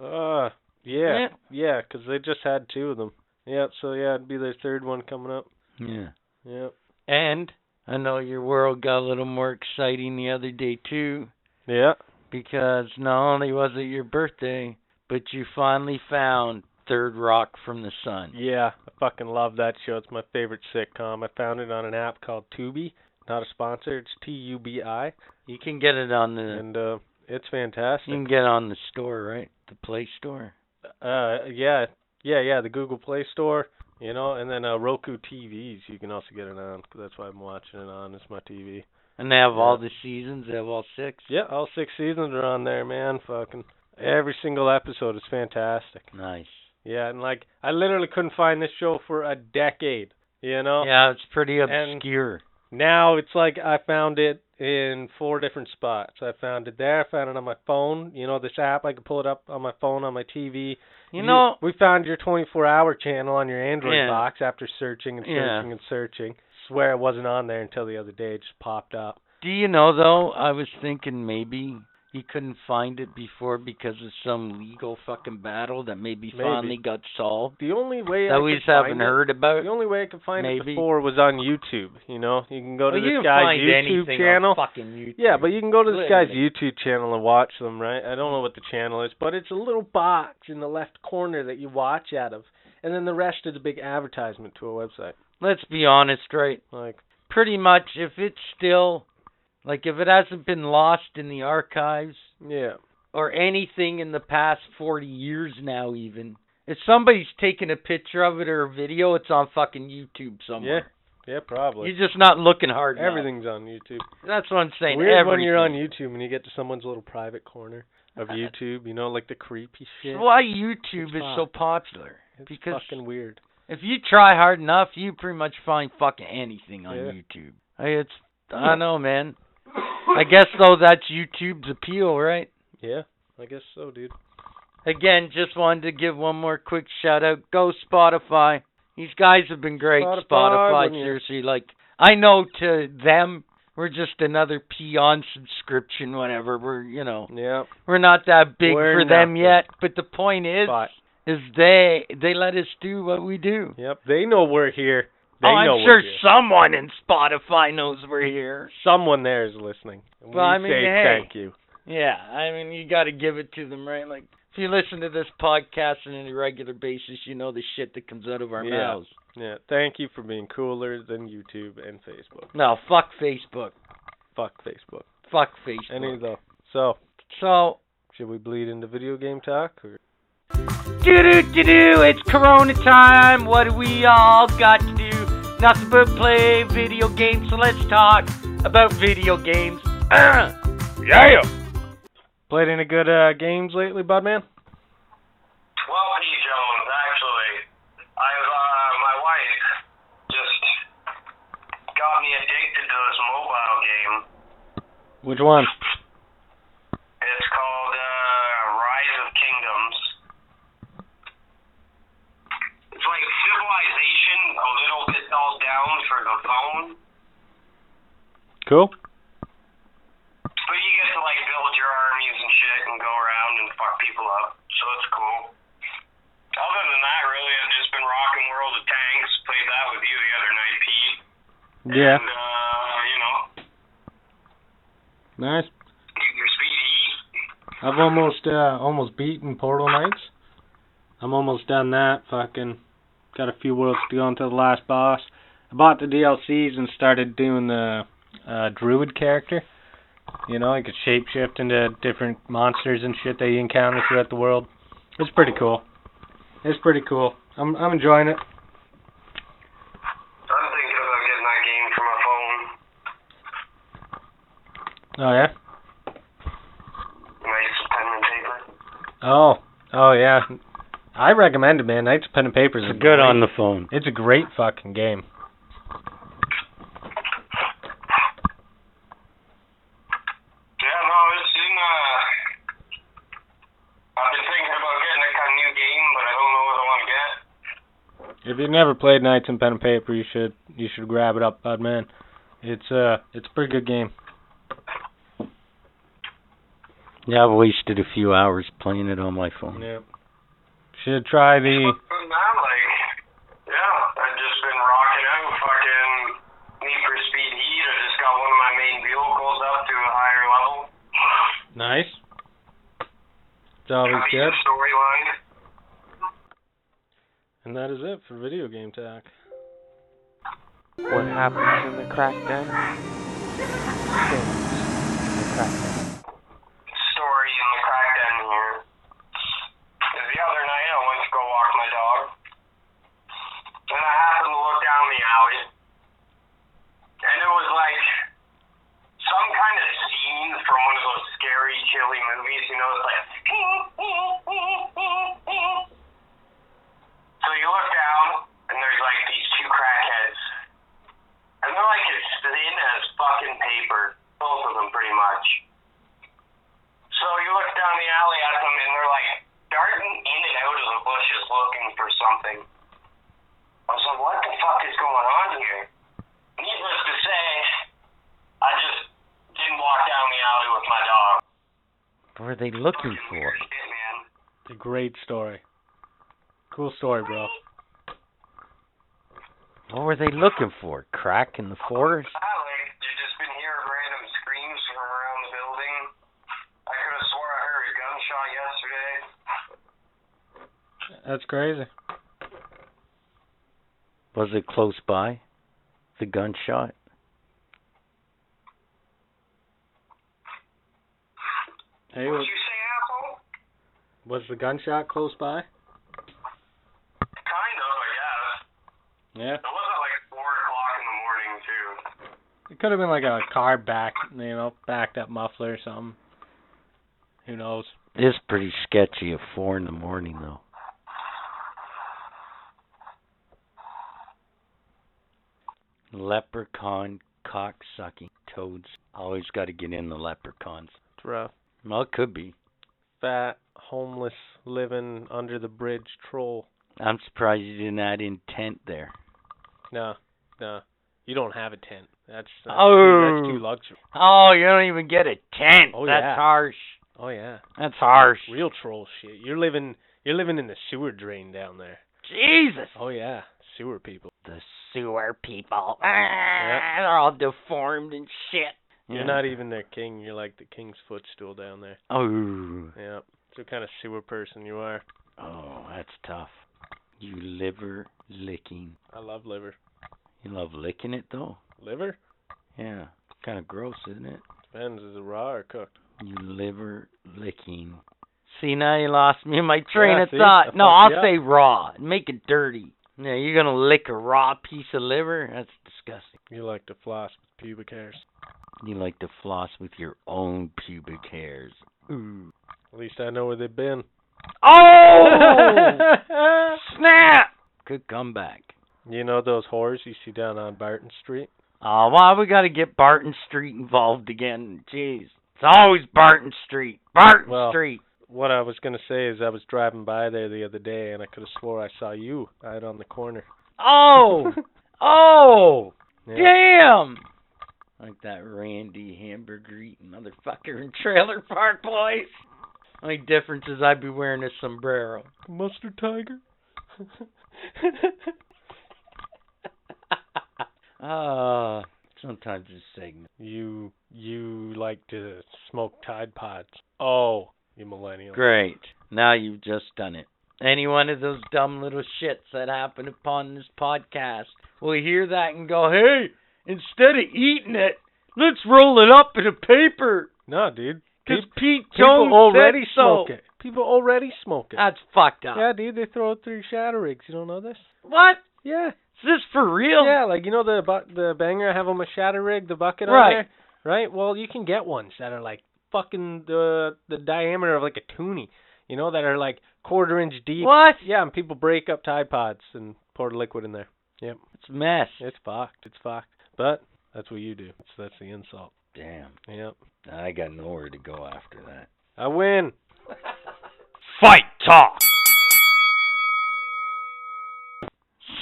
Uh, yeah, yeah, because they just had two of them. Yeah, so yeah, it'd be their third one coming up. Yeah. Yeah, And I know your world got a little more exciting the other day too, yeah, because not only was it your birthday, but you finally found Third Rock from the Sun. yeah. I fucking love that show. It's my favorite sitcom. I found it on an app called Tubi. Not a sponsor. It's T U B I, You can get it on the and uh, it's you can fantastic. get it on the store, right? The Play Store. Uh, yeah, yeah, yeah. The Google Play Store, you know, and then uh, Roku TVs. You can also get it on. 'cause That's why I'm watching it on. It's my TV. And they have all Yeah. the seasons, they have all six. Yeah, all six seasons are on there, man. Fucking every single episode is fantastic. Nice. Yeah, and like I literally couldn't find this show for a decade. You know. Yeah, it's pretty and- obscure. Now it's like I found it in four different spots. I found it there. I found it on my phone. You know this app. I can pull it up on my phone, on my TV. you know, we found your 24-hour channel on your Android Yeah. box after searching and Yeah. searching and searching. Swear it wasn't on there until the other day. It just popped up. Do you know though? I was thinking maybe he couldn't find it before because of some legal fucking battle that maybe, Maybe. finally got solved The only way I that we could just haven't find it- heard about. The only way I could find it Maybe. before was on YouTube. You know, you can go to Well, this you can guy's find YouTube anything channel. on fucking YouTube. yeah, but you can go to this guy's Literally. YouTube channel and watch them, right? I don't know what the channel is, but it's a little box in the left corner that you watch out of, and then the rest is a big advertisement to a website. let's be honest, right? Like, Pretty much, if it's still, like, if it hasn't been lost in the archives yeah, or anything in the past forty years now, even if somebody's taking a picture of it or a video, it's on fucking YouTube somewhere. yeah, probably. You're just not looking hard. enough. Everything's on YouTube. That's what I'm saying. Weird when Everything. you're on YouTube and you get to someone's little private corner of YouTube. You know, like the creepy shit. It's why YouTube It's is so popular. It's because fucking weird. if you try hard enough, you pretty much find fucking anything on Yeah. YouTube. I, it's I don't know, man. I guess though that's YouTube's appeal, right? Yeah, I guess so, dude. Again, just wanted to give one more quick shout out. Go Spotify. These guys have been great. Spotify, Spotify, wouldn't you? seriously, like I know to them we're just another peon subscription, whatever. We're you know Yeah. we're not that big We're for them nothing. yet. But the point is, But- is they they let us do what we do. Yep, they know we're here. They oh, I'm know sure we're here. someone in Spotify knows we're here. someone there is listening. And Well, we I mean, say hey. thank you. Yeah, I mean you got to give it to them, right? Like if you listen to this podcast on a regular basis, you know the shit that comes out of our Yeah. mouths. Yeah, thank you for being cooler than YouTube and Facebook. No, fuck Facebook. Fuck Facebook. Fuck Facebook. Any of those. So, so should we bleed into video game talk? Or? doo doo doo doo. It's Corona time. What do we all got to do? Nothing but play video games. So let's talk about video games. Yeah. Played any good uh, games lately, Budman? Well, P. Jones, actually, I've uh, my wife just got me addicted to this mobile game. Which one? It's called uh, Rise of Kingdoms. It's like Civilization a little bit dulled down for the phone, Cool. but you get to like build your armies and shit and go around and fuck people up, so it's cool. Other than that, really, I've just been rocking World of Tanks. Played that with you the other night, Pete. Yeah. And, uh, you know, Nice. your speedy. I've almost uh almost beaten Portal Knights. I'm almost done that. Fucking got a few worlds to go until the last boss. I bought the DLCs and started doing the uh druid character. You know, I could shapeshift into different monsters and shit that you encounter throughout the world. It's pretty cool. It's pretty cool. I'm I'm enjoying it. I'm thinking about getting that game for my phone. Oh yeah. Nice pen and paper. Oh. Oh yeah. I recommend it, man. Knights of Pen and Paper is a It's good great- on the phone. It's a great fucking game. Yeah, no, it's in. Uh, I've been thinking about getting a kind of new game, but I don't know what I want to get. If you've never played Knights and Pen and Paper, you should you should grab it up, bud man. It's uh it's a pretty good game. Yeah, I've wasted a few hours playing it on my phone. Yeah. Should try the Other than that, like, yeah, I've just been rocking out fucking Need for Speed Heat. I just got one of my main vehicles up to a higher level. nice. It's always Copy good. the storyline. And that is it for video game talk. What happens in the crackdown? Story in the crack den here. The other night, I went to go walk my dog, and I happened to look down the alley, and it was like some kind of scene from one of those scary, chilly movies. You know, it's like. So you look down, and there's like these two crackheads, and they're like as thin as fucking paper, both of them pretty much. So you look down the alley at them, and they're like darting in and out of the bushes looking for something. I was like, what the fuck is going on here? Needless to say, I just didn't walk down the alley with my dog. What are they looking for? Shit, man. It's a great story. Cool story, bro. What were they looking for? Crack in the forest? Ah, like, you just been hearing random screams from around the building. I could have swore That's crazy. I heard a gunshot yesterday. Was it close by? The gunshot? Hey, What'd was, you say, asshole? was the gunshot close by? Kind of, I guess. Yeah. It wasn't like 4 o'clock in the morning, too. It could have been like a car back, you know, backed up muffler or something. Who knows? It is pretty sketchy at four in the morning though. Leprechaun cock sucking toads. Always gotta get in the leprechauns. It's rough. Well it could be. Fat, homeless, living under the bridge troll. I'm surprised you didn't add intent there. No, no. You don't have a tent. That's, that's Oh. too, that's too luxury. Oh, you don't even get a tent. Oh, That's yeah. harsh. Oh yeah, That's harsh. real troll shit. You're living, you're living in the sewer drain down there. Jesus. Oh yeah, sewer people. The sewer people. Ah, They're all deformed and shit. You're not even their king. You're like the king's footstool down there. Oh. Yeah, it's the kind of sewer person you are. Oh, that's tough. You liver licking. I love liver. You love licking it though. Liver Yeah, kind of gross, isn't it? depends is it raw or cooked. You liver licking. See now you lost me in my train Yeah, of see? thought. I No, fucked you I'll up. say raw. Make it dirty. Yeah, you're gonna lick a raw piece of liver? That's disgusting. You like to floss with pubic hairs. You like to floss with your own pubic hairs. Ooh. At least I know where they've been. Oh! Snap! Good comeback. You know those whores you see down on Barton Street? Oh, why we got to get Barton Street involved again? Jeez. It's always Barton Street. Barton Well, Street. What I was gonna say is I was driving by there the other day and I could have swore I saw you out on the corner. Oh! oh! Yeah. Damn! Like that Randy Hamburger eating motherfucker in Trailer Park Boys. Only difference is I'd be wearing a sombrero. Mustard Tiger. Ah, sometimes this segment. You you like to smoke Tide Pods. Oh, you millennial. Great. Now you've just done it. Any one of those dumb little shits that happen upon this podcast will hear that and go, hey, instead of eating it, let's roll it up in a paper. No, dude. Because Pe- Pete people Jones already said so. smoke it. Uh, People already smoke it. That's fucked up. yeah, dude, they throw it through shadow rigs. You don't know this? What? Yeah. Is this for real? Yeah, like you know the bu- the banger I have on my shadow rig, the bucket on Right. there, right? Well, you can get ones that are like fucking the the diameter of like a toonie, you know, that are like quarter inch deep. What? Yeah, and people break up Tide Pods and pour the liquid in there. Yep, It's a mess. it's fucked. It's fucked. But that's what you do. So that's the insult. Damn. Yep, I got nowhere to go after that. I win. Fight talk.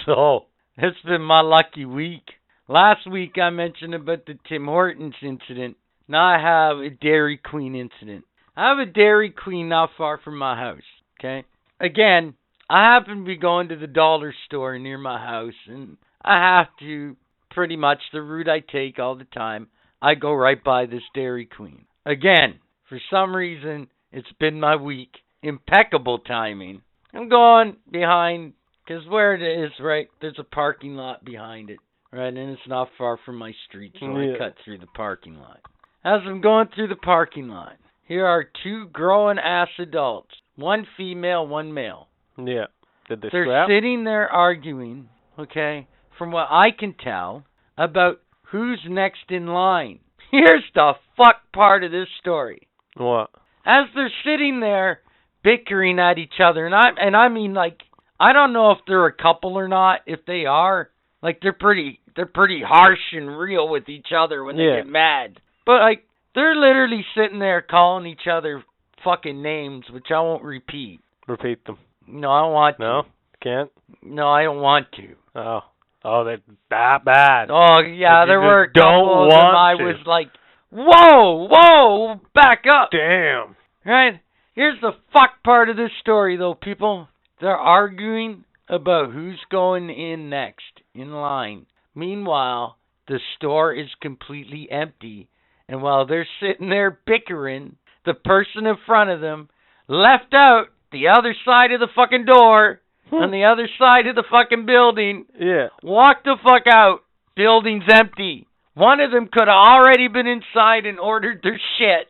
So, it's been my lucky week. Last week I mentioned about the Tim Hortons incident. Now I have a Dairy Queen incident. I have a Dairy Queen not far from my house. Okay. Again, I happen to be going to the dollar store near my house, and I have to pretty much the route I take all the time. I go right by this Dairy Queen. Again, for some reason, it's been my week. Impeccable timing. I'm going behind, because where it is, right, there's a parking lot behind it, right, and it's not far from my street, so Yeah. I cut through the parking lot. As I'm going through the parking lot, here are two grown ass adults, one female, one male. Yeah. Did they They're scrap? sitting there arguing, okay, from what I can tell, about who's next in line. Here's the fuck part of this story. What? As they're sitting there bickering at each other, and I and I mean like I don't know if they're a couple or not. If they are, like they're pretty they're pretty harsh and real with each other when they Yeah. get mad. But like they're literally sitting there calling each other fucking names, which I won't repeat. Repeat them. No, I don't want No, can't. to. No, I don't want to. Oh, oh, they're that bad. Oh yeah, you there just were a don't couple of them want I to. was like, "Whoa, whoa, back up!" Damn. Right? Here's the fuck part of this story, though, people. They're arguing about who's going in next in line. Meanwhile, the store is completely empty, and while they're sitting there bickering, the person in front of them left out the other side of the fucking door on the other side of the fucking building Yeah. Walk the fuck out. Building's empty. One of them could have already been inside and ordered their shit.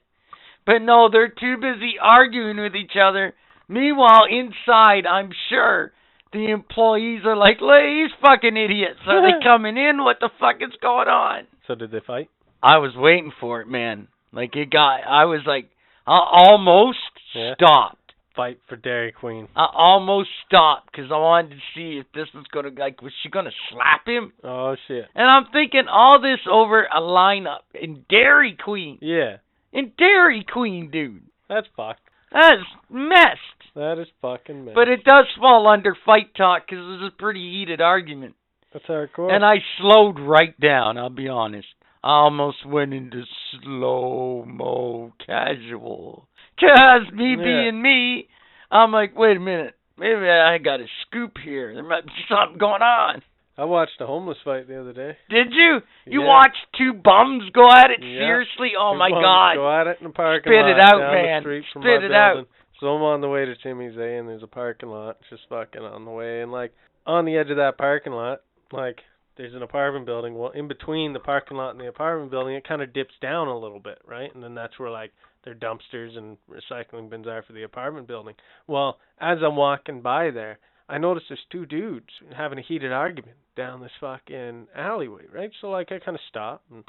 But no, they're too busy arguing with each other. Meanwhile, inside, I'm sure the employees are like, these fucking idiots. Are they coming in? What the fuck is going on? So did they fight? I was waiting for it, man. Like, it got, I was like, I almost Yeah. stopped. Fight for Dairy Queen. I almost stopped because I wanted to see if this was going to, like, was she going to slap him? Oh shit. And I'm thinking all this over a lineup in Dairy Queen. Yeah. In Dairy Queen, dude. That's fucked. That's messed. That is fucking mad. But it does fall under fight talk because it was a pretty heated argument. that's hardcore. And I slowed right down, I'll be honest. I almost went into slow mo casual. Because me Yeah. being me, I'm like, wait a minute. Maybe I got a scoop here. There might be something going on. I watched a homeless fight the other day. Did you? You Yeah. watched two bums go at it? Yeah. Seriously? Oh Two my bums god. Go at it in a parking Spit lot. it out, down man. The street from Spit my it out. building. So I'm on the way to Timmy's A, and there's a parking lot just fucking on the way, and like on the edge of that parking lot, like there's an apartment building. Well, in between the parking lot and the apartment building, it kind of dips down a little bit, right? And then that's where like their dumpsters and recycling bins are for the apartment building. Well, as I'm walking by there, I noticed there's two dudes having a heated argument down this fucking alleyway, right? So like I kind of stop and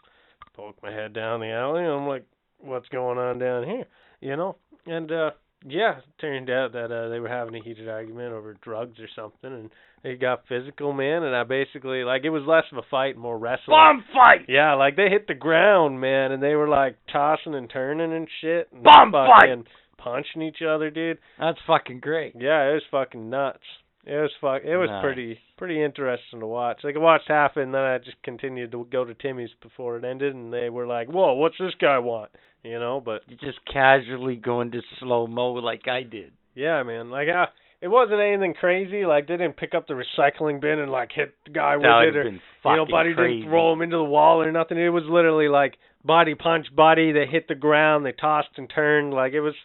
poke my head down the alley. I'm like, what's going on down here? You know? And uh yeah, turned out that uh, they were having a heated argument over drugs or something, and it got physical, man. And I basically like it was less of a fight, more wrestling. Bomb fight. Yeah, like they hit the ground, man, and they were like tossing and turning and shit. And Bomb fucking Punching each other, dude. That's fucking great. Yeah, it was fucking nuts. It was fuck. It was Nice. pretty pretty interesting to watch. Like I watched half it, and then I just continued to go to Timmy's before it ended, and they were like, "Whoa, what's this guy want?" You know, but You just casually go into slow mo like I did. yeah, man, like I, it wasn't anything crazy. Like they didn't pick up the recycling bin and like hit the guy with That it, would've or been you know, fucking buddy crazy. didn't throw him into the wall or nothing. It was literally like body punch body. They hit the ground, they tossed and turned. Like it was,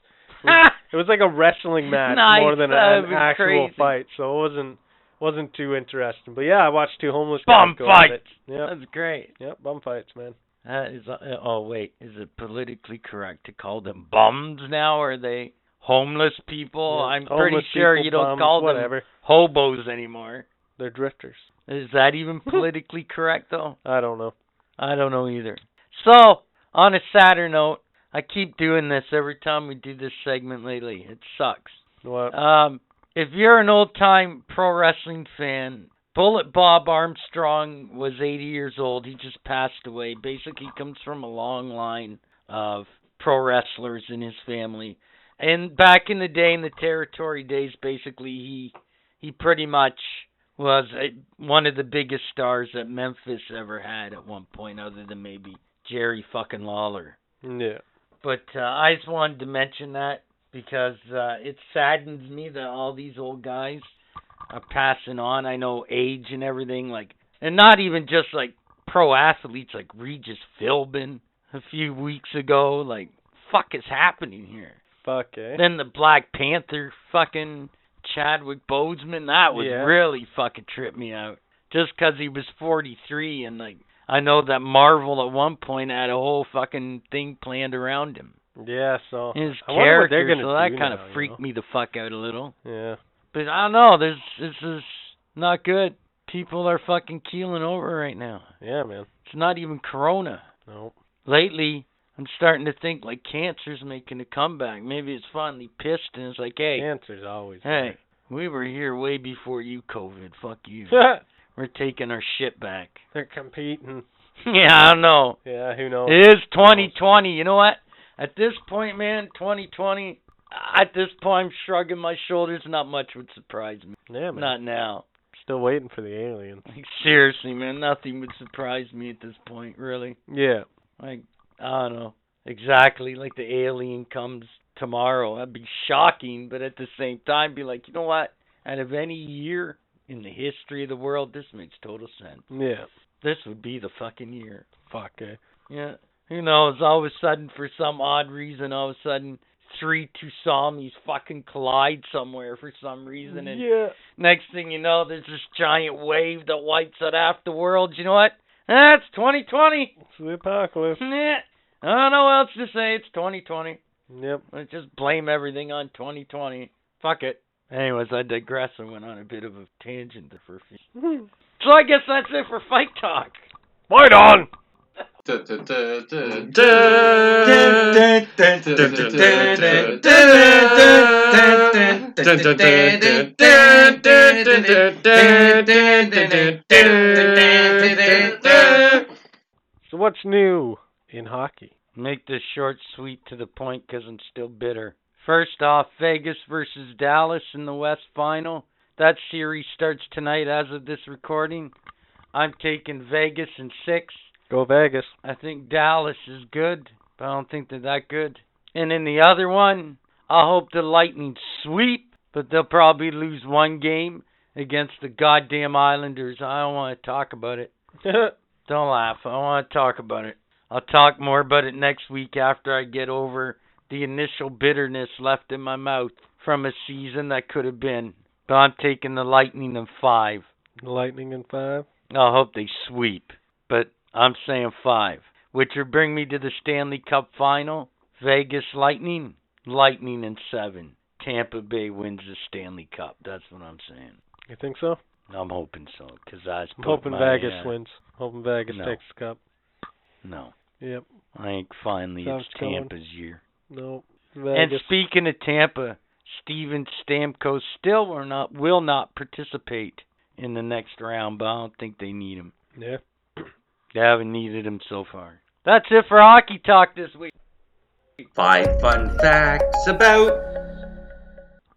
it was, it was like a wrestling match Nice, more than that an would've been actual crazy. fight. So it wasn't wasn't too interesting. But yeah, I watched two homeless Bum guys go at fight. it. Yep, That's great. yep, bum fights, man. That is. Uh, oh wait, is it politically correct to call them bums now? Or are they homeless people? Yeah, Oh, I'm homeless pretty sure people, you don't bums, call them whatever. hobos anymore. They're drifters. Is that even politically correct though? I don't know. I don't know either. So, on a sadder note, I keep doing this every time we do this segment lately. It sucks. What? Um, if you're an old time pro wrestling fan, Bullet Bob Armstrong was 80 years old. He just passed away. Basically, comes from a long line of pro wrestlers in his family. And back in the day, in the territory days, basically he he pretty much was a, one of the biggest stars that Memphis ever had at one point, other than maybe Jerry fucking Lawler. Yeah. But uh, I just wanted to mention that because uh, it saddens me that all these old guys are passing on. I know age and everything, like, and not even just like pro athletes like Regis Philbin a few weeks ago. Like, fuck is happening here? Fuck eh? Then the Black Panther fucking Chadwick Boseman. That was Yeah. really fucking tripped me out. Just 'cause he was 43 and like I know that Marvel at one point had a whole fucking thing planned around him. Yeah, so His I wonder what character, they're gonna so that do kind now, of freaked me the fuck out a little. You know? Yeah. But I don't know. This this is not good. People are fucking keeling over right now. Yeah, man. It's not even Corona. No. Lately, I'm starting to think like cancer's making a comeback. Maybe it's finally pissed and it's like, hey, Cancer's always Hey, we were here way before you, COVID. Fuck you. there. We're taking our shit back. They're competing. yeah, I don't know. Yeah, who knows? It is 2020. You know what? At this point, man, 2020. At this point, I'm shrugging my shoulders. Not much would surprise me. Yeah, man. Not now. Still waiting for the aliens. Like, seriously, man, nothing would surprise me at this point, really. Yeah. Like, I don't know. Exactly. Like the alien comes tomorrow. That'd be shocking, but at the same time, be like, you know what? Out of any year in the history of the world, this makes total sense. Yeah. This would be the fucking year. Fuck it. Yeah. Who knows? All of a sudden, for some odd reason, all of a sudden, three Tusamis fucking collide somewhere for some reason. And Yeah. next thing you know, there's this giant wave that wipes out half the world. You know what? That's 2020. It's the apocalypse. Nah, I don't know what else to say. It's 2020. Yep. Let's just blame everything on 2020. Fuck it. Anyways, I digress and went on a bit of a tangent there for a few. So I guess that's it for Fight Talk. Fight on! So what's new in hockey? Make this short, sweet, to the point because I'm still bitter. First off, Vegas versus Dallas in the West Final. That series starts tonight as of this recording. I'm taking Vegas in six. Go Vegas. I think Dallas is good, but I don't think they're that good. And in the other one, I hope the Lightning sweep, but they'll probably lose one game against the goddamn Islanders. I don't want to talk about it. Don't laugh. I want to talk about it. I'll talk more about it next week after I get over the initial bitterness left in my mouth from a season that could have been. But I'm taking the Lightning in five. Lightning in five. I hope they sweep, but I'm saying five, which would bring me to the Stanley Cup final. Vegas Lightning, Lightning in seven. Tampa Bay wins the Stanley Cup. That's what I'm saying. You think so? I'm hoping so, because I was I'm hoping Vegas wins. Hoping Vegas No. takes the cup. No, Yep. I think finally Sounds Uh, it's coming. Tampa's year. No. and speaking of Tampa, Steven Stamkos still or not will not participate in the next round, but I don't think they need him. Yeah. They haven't needed him so far. That's it for hockey talk this week. Five fun facts about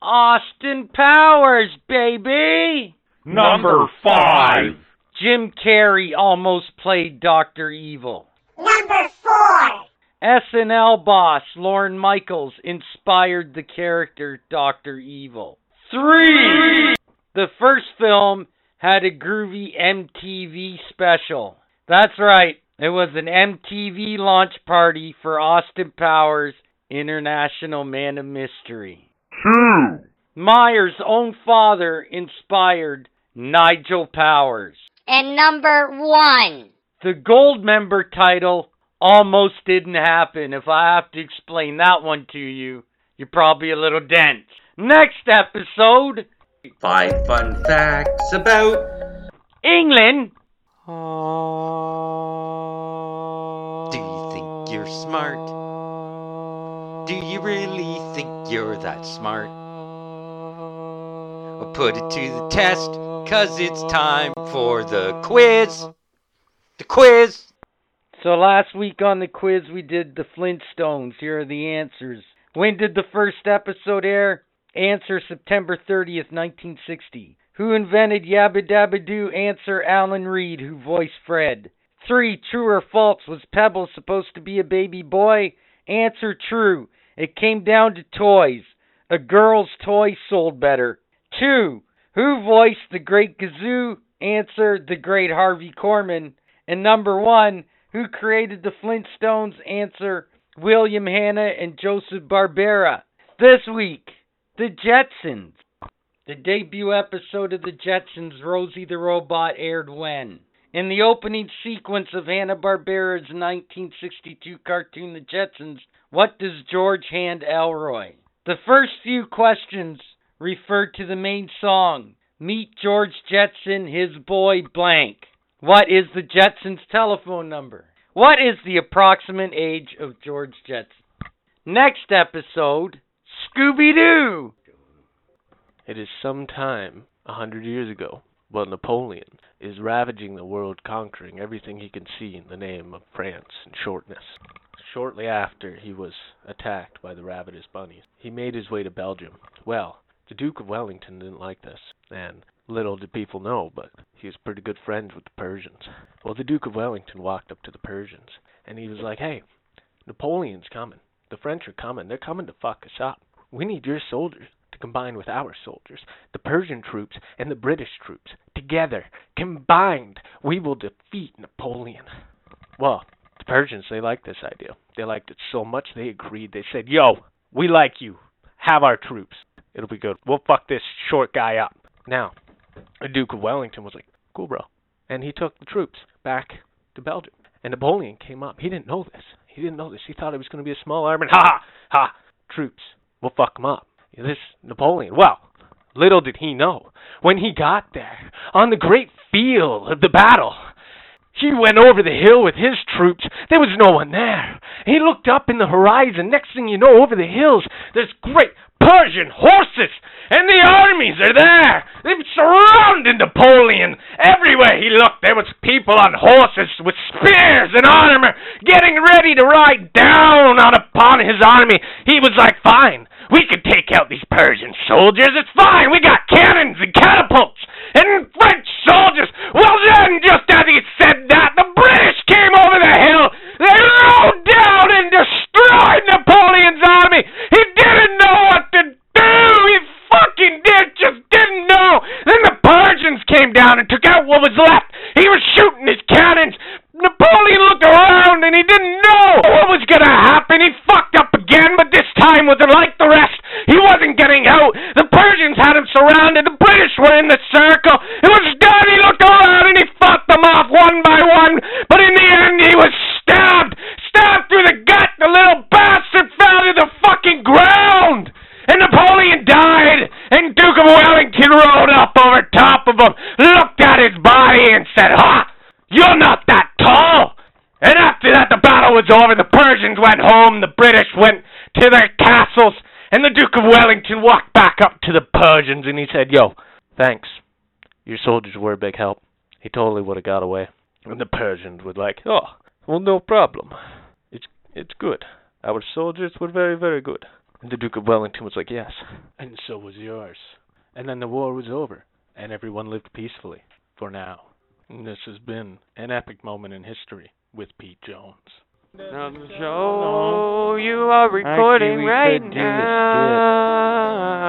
Austin Powers, baby. Number five. Jim Carrey almost played Doctor Evil. Number four. SNL boss Lauren Michaels inspired the character Doctor Evil. Three. The first film had a groovy MTV special. That's right. It was an MTV launch party for Austin Powers International Man of Mystery. Two. Meyer's own father inspired Nigel Powers. And number one. The gold member title almost didn't happen. If I have to explain that one to you, you're probably a little dense. Next episode, five fun facts about England. Do you think you're smart? Do you really think you're that smart? Well, put it to the test, cause it's time for the quiz. The quiz. So last week on the quiz we did the Flintstones. Here are the answers. When did the first episode air? Answer September 30th, 1960. Who invented Yabba Dabba Doo? Answer Alan Reed, who voiced Fred. 3. True or false? Was Pebble supposed to be a baby boy? Answer true. It came down to toys. A girl's toy sold better. 2. Who voiced the great Gazoo? Answer the great Harvey Korman. And number 1. Who created the Flintstones? Answer William Hanna and Joseph Barbera. This week, The Jetsons. The debut episode of The Jetsons, Rosie the Robot, aired when? In the opening sequence of Hanna-Barbera's 1962 cartoon The Jetsons, what does George hand Elroy? The first few questions refer to the main song, Meet George Jetson, his boy blank. What is the Jetsons' telephone number? What is the approximate age of George Jetson? Next episode, Scooby Doo! It is some time, a hundred years ago, while Napoleon is ravaging the world, conquering everything he can see in the name of France and shortness. Shortly after he was attacked by the ravenous bunnies, he made his way to Belgium. Well, the Duke of Wellington didn't like this, and little did people know, but he was pretty good friends with the Persians. Well, the Duke of Wellington walked up to the Persians, and he was like, hey, Napoleon's coming. The French are coming. They're coming to fuck us up. We need your soldiers to combine with our soldiers, the Persian troops and the British troops. Together, combined, we will defeat Napoleon. Well, the Persians, they liked this idea. They liked it so much they agreed. They said, Yo, we like you. Have our troops. It'll be good. We'll fuck this short guy up. Now, the Duke of Wellington was like, Cool, bro. And he took the troops back to Belgium. And Napoleon came up. He didn't know this. He didn't know this. He thought it was going to be a small army. Ha ha ha! Troops. We'll fuck 'em up. This Napoleon. Well, little did he know. When he got there, on the great field of the battle, he went over the hill with his troops. There was no one there. He looked up in the horizon. Next thing you know, over the hills, there's great Persian horses, and the armies are there. They've surrounded Napoleon. Everywhere he looked, there was people on horses with spears and armor, getting ready to ride down on upon his army. He was like, "Fine, we could take out these Persian soldiers. It's fine. We got cannons and catapults and French soldiers." Well, then, just as he said that, the British came over the hill. They rode down and destroyed Napoleon's army. He didn't know what to do. He fucking did, just didn't know. Then the Persians came down and took out what was left. He was shooting his cannons. Napoleon looked around and he didn't know what was gonna happen. He fucked up again, but this time wasn't like the rest. He wasn't getting out. The Persians had him surrounded. The British were in the circle. It was done. He looked around and he fought them off one by one. But in the end, he was stabbed, stabbed through the gut. The little bastard fell to the fucking ground. And Napoleon died, and Duke of Wellington rode up over top of him, looked at his body, and said, Ha! You're not that tall! And after that, the battle war was over, the Persians went home, the British went to their castles, and the Duke of Wellington walked back up to the Persians and he said, Yo, thanks. Your soldiers were a big help. He totally would have got away. And the Persians were like, Oh, well, no problem. It's, it's good. Our soldiers were very, very good. And the Duke of Wellington was like, Yes. And so was yours. And then the war was over, and everyone lived peacefully for now. And this has been an epic moment in history with Pete Jones. Joe, you are recording right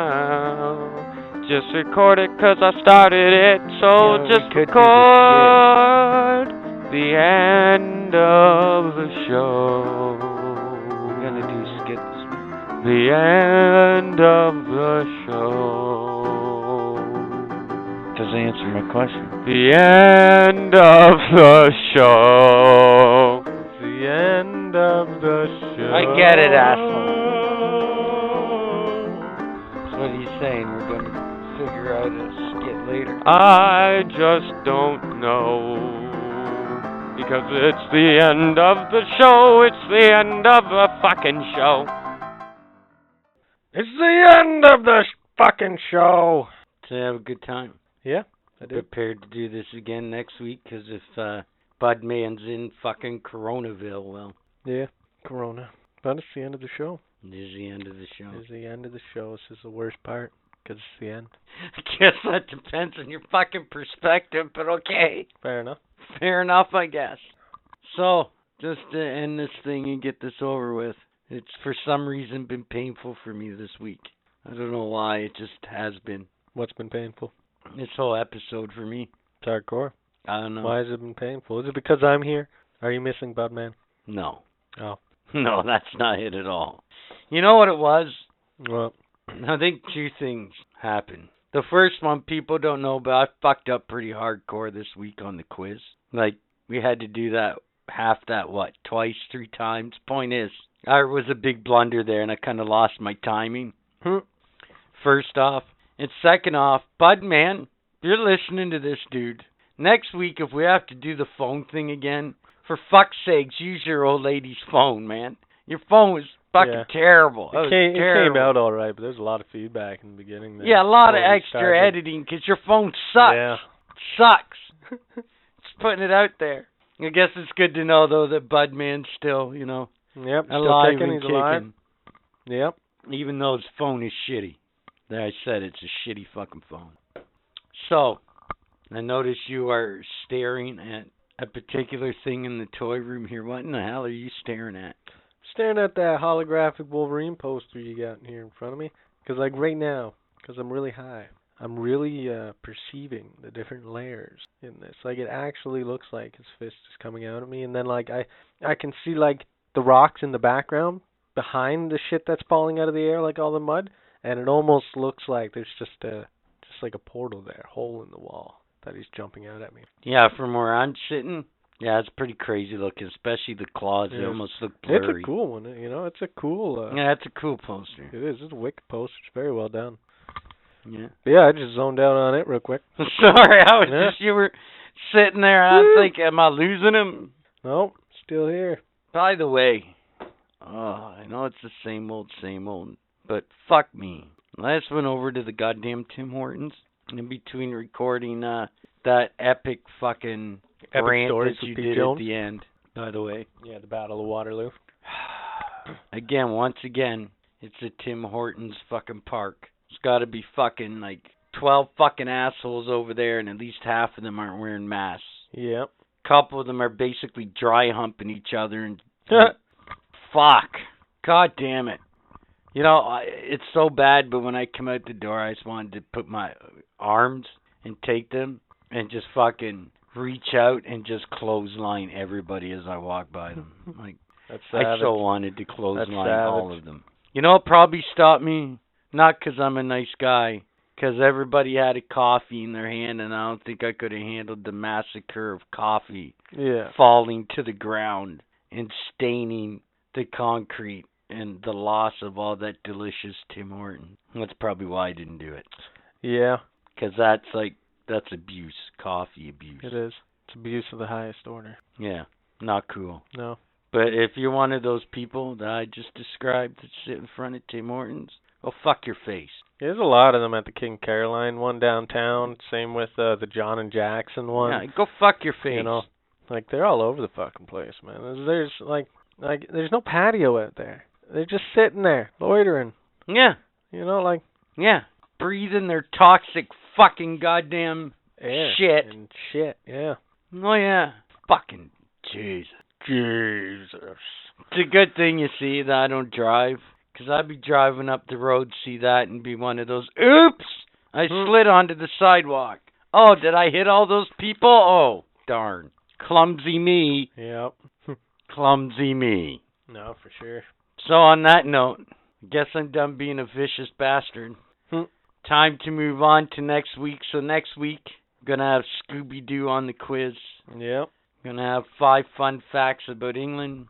now. Just record it 'cause I started it, so just record the end of the show. We're gonna do skits. The end of the show. Does he answer my question? The end of the show. The end of the show. I get it, asshole. That's what he's saying. We're going to figure out a skit later. I just don't know. Because it's the end of the show. It's the end of the fucking show. It's the end of this fucking show. To have a good time. Yeah, I Prepared to do this again next week because if uh, Budman's in fucking Coronaville, well, Yeah, Corona. But it's the end of the show. this is the end of the show. It's the end of the show. This is the worst part because it's the end. I guess that depends on your fucking perspective, but okay. Fair enough. Fair enough, I guess. So, just to end this thing and get this over with, it's for some reason been painful for me this week. I don't know why, it just has been. What's been painful? This whole episode for me. It's hardcore. I don't know. Why has it been painful? Is it because I'm here? Are you missing Budman? No. Oh. No, that's not it at all. You know what it was? Well, I think two things happened. The first one people don't know, but I fucked up pretty hardcore this week on the quiz. Like we had to do that half that what twice, three times. Point is, I was a big blunder there, and I kind of lost my timing. Hmm. First off, and second off, Bud man, you're listening to this dude. Next week, if we have to do the phone thing again, for fuck's sakes, use your old lady's phone, man. Your phone was fucking Yeah. terrible. It, That was came, it terrible. came out all right, but there's a lot of feedback in the beginning. There Yeah, a lot of before we extra started. editing 'cause your phone sucks. Yeah. Sucks. Just putting it out there. I guess it's good to know though that Budman's still, you know, Yep. Still alive kicking. and He's kicking, alive. Yep. even though his phone is shitty. There, I said it's a shitty fucking phone. So, I notice you are staring at a particular thing in the toy room here. What in the hell are you staring at? Staring at that holographic Wolverine poster you got here in front of me. Because, like, right now, because I'm really high, I'm really uh, perceiving the different layers in this. Like, it actually looks like his fist is coming out of me. And then, like, I, I can see, like, the rocks in the background behind the shit that's falling out of the air, like all the mud. And it almost looks like there's just a, just like a portal there, hole in the wall that he's jumping out at me. Yeah, from where I'm sitting. Yeah, it's pretty crazy looking, especially the claws. They Yeah. almost look blurry. It's a cool one, you know. It's a cool. Uh, yeah, it's a cool poster. It is. It's a wicked poster. It's very well done. Yeah. But yeah, I just zoned out on it real quick. Sorry, I was Yeah. just you were sitting there. I was thinking, am I losing him? Nope, still here. By the way, oh, I know it's the same old, same old, but fuck me. I just went over to the goddamn Tim Hortons and in between recording uh that epic fucking Epic rant stories that with you Pete did at Jones? the end. By the way, Yeah, the Battle of Waterloo. again, once again, it's a Tim Hortons fucking park. It's got to be fucking like twelve fucking assholes over there, and at least half of them aren't wearing masks. Yep. couple of them are basically dry humping each other and fuck god damn it you know I, it's so bad but when i come out the door i just wanted to put my arms and take them and just fucking reach out and just clothesline everybody as i walk by them like That's i savage. so wanted to clothesline all savage. of them you know what probably stopped me not 'cause i'm a nice guy, 'cause everybody had a coffee in their hand and i don't think i could have handled the massacre of coffee Yeah. falling to the ground and staining the concrete and the loss of all that delicious Tim Horton. That's probably why I didn't do it. Yeah, 'Cause that's like that's abuse, coffee abuse. it is. It's abuse of the highest order. Yeah, not cool. No. But if you're one of those people that I just described that sit in front of Tim Hortons, go fuck your face. There's a lot of them at the King Caroline one downtown. Same with uh, the John and Jackson one. Yeah, go fuck your face. You know, like they're all over the fucking place, man. There's, there's like, like there's no patio out there. They're just sitting there loitering. Yeah. You know, like yeah, breathing their toxic fucking goddamn air shit. and shit. Yeah. Oh yeah, fucking Jesus. Jesus. It's a good thing you see that I don't drive, 'cause I'd be driving up the road, see that, and be one of those. Oops! I Hmm. slid onto the sidewalk. Oh, did I hit all those people? Oh, darn. Clumsy me. Yep. Clumsy me. No, for sure. So on that note, I guess I'm done being a vicious bastard. Hmm. Time to move on to next week. So next week, I'm gonna have Scooby Doo on the quiz. Yep. Gonna have five fun facts about England,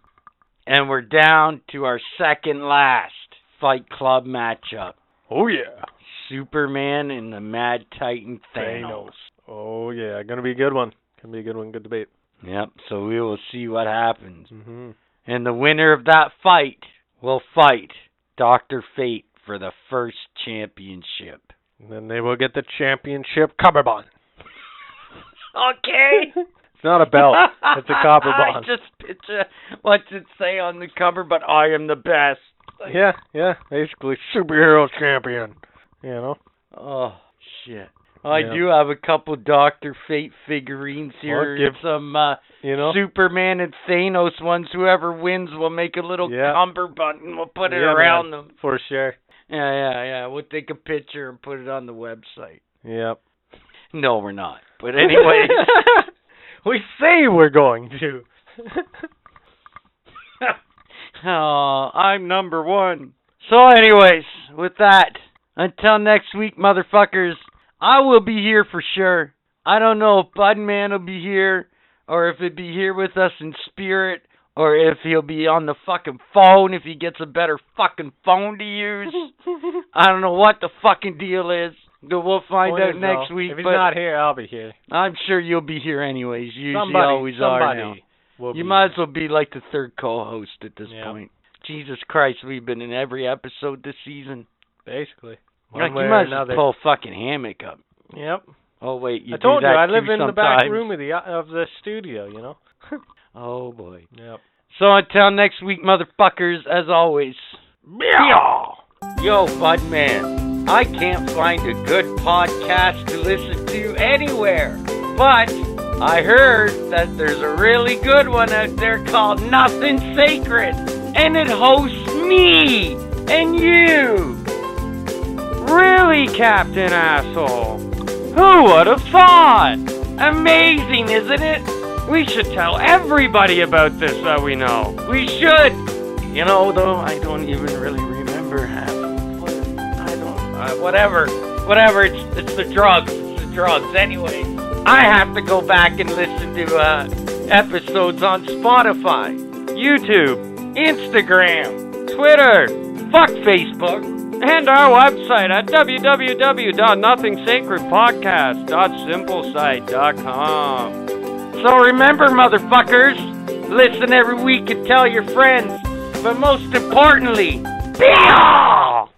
and we're down to our second last Fight Club matchup: Oh yeah. Superman and the Mad Titan Thanos. Oh yeah, gonna be a good one. Gonna be a good one. Good debate. Yep. So we will see what happens, Mhm. and the winner of that fight will fight Doctor Fate for the first championship. And then they will get the championship copper bond. Okay. It's not a belt. it's a copper bond. I just picture what's it say on the cover, but I am the best. Yeah, yeah. Basically, superhero champion. You know. Oh shit. I Yeah. do have a couple Doctor Fate figurines here. give- some uh, You know. Superman and Thanos ones. Whoever wins will make a little Yeah. cumber button. We'll put it Yeah, man. around them. For sure. Yeah, yeah, yeah. We'll take a picture and put it on the website. Yep. No, we're not. But anyway, we say we're going to. oh, I'm number one. So, anyways, with that, until next week, motherfuckers, I will be here for sure. I don't know if Budman will be here, or if he'll be here with us in spirit, or if he'll be on the fucking phone if he gets a better fucking phone to use. I don't know what the fucking deal is. But we'll find Point out is, next though, week. If he's but not here, I'll be here. I'm sure you'll be here anyways. You usually somebody, always are somebody now. Will You be might as here. well be like the third co-host at this Yeah. point. Jesus Christ, we've been in every episode this season. basically. One Like, way you or might as well another. pull fucking hammock up. Yep. Oh wait, you I do told you that I too live in the back sometimes. room of the of the studio. You know. Oh boy. Yep. So until next week, motherfuckers. As always. Meow. Yo, bud man, I can't find a good podcast to listen to anywhere. But I heard that there's a really good one out there called Nothing Sacred, and it hosts me and you. Really, Captain Asshole? Who would have thought? Amazing, isn't it? We should tell everybody about this that we know. We should. You know, though, I don't even really remember half of what I don't. Uh, whatever, whatever. It's it's the drugs. It's the drugs. Anyway, I have to go back and listen to uh, episodes on Spotify, YouTube, Instagram, Twitter, fuck Facebook, and our website at www.nothingsacredpodcast.simplesite.com. So remember, motherfuckers, listen every week and tell your friends. But most importantly, be off!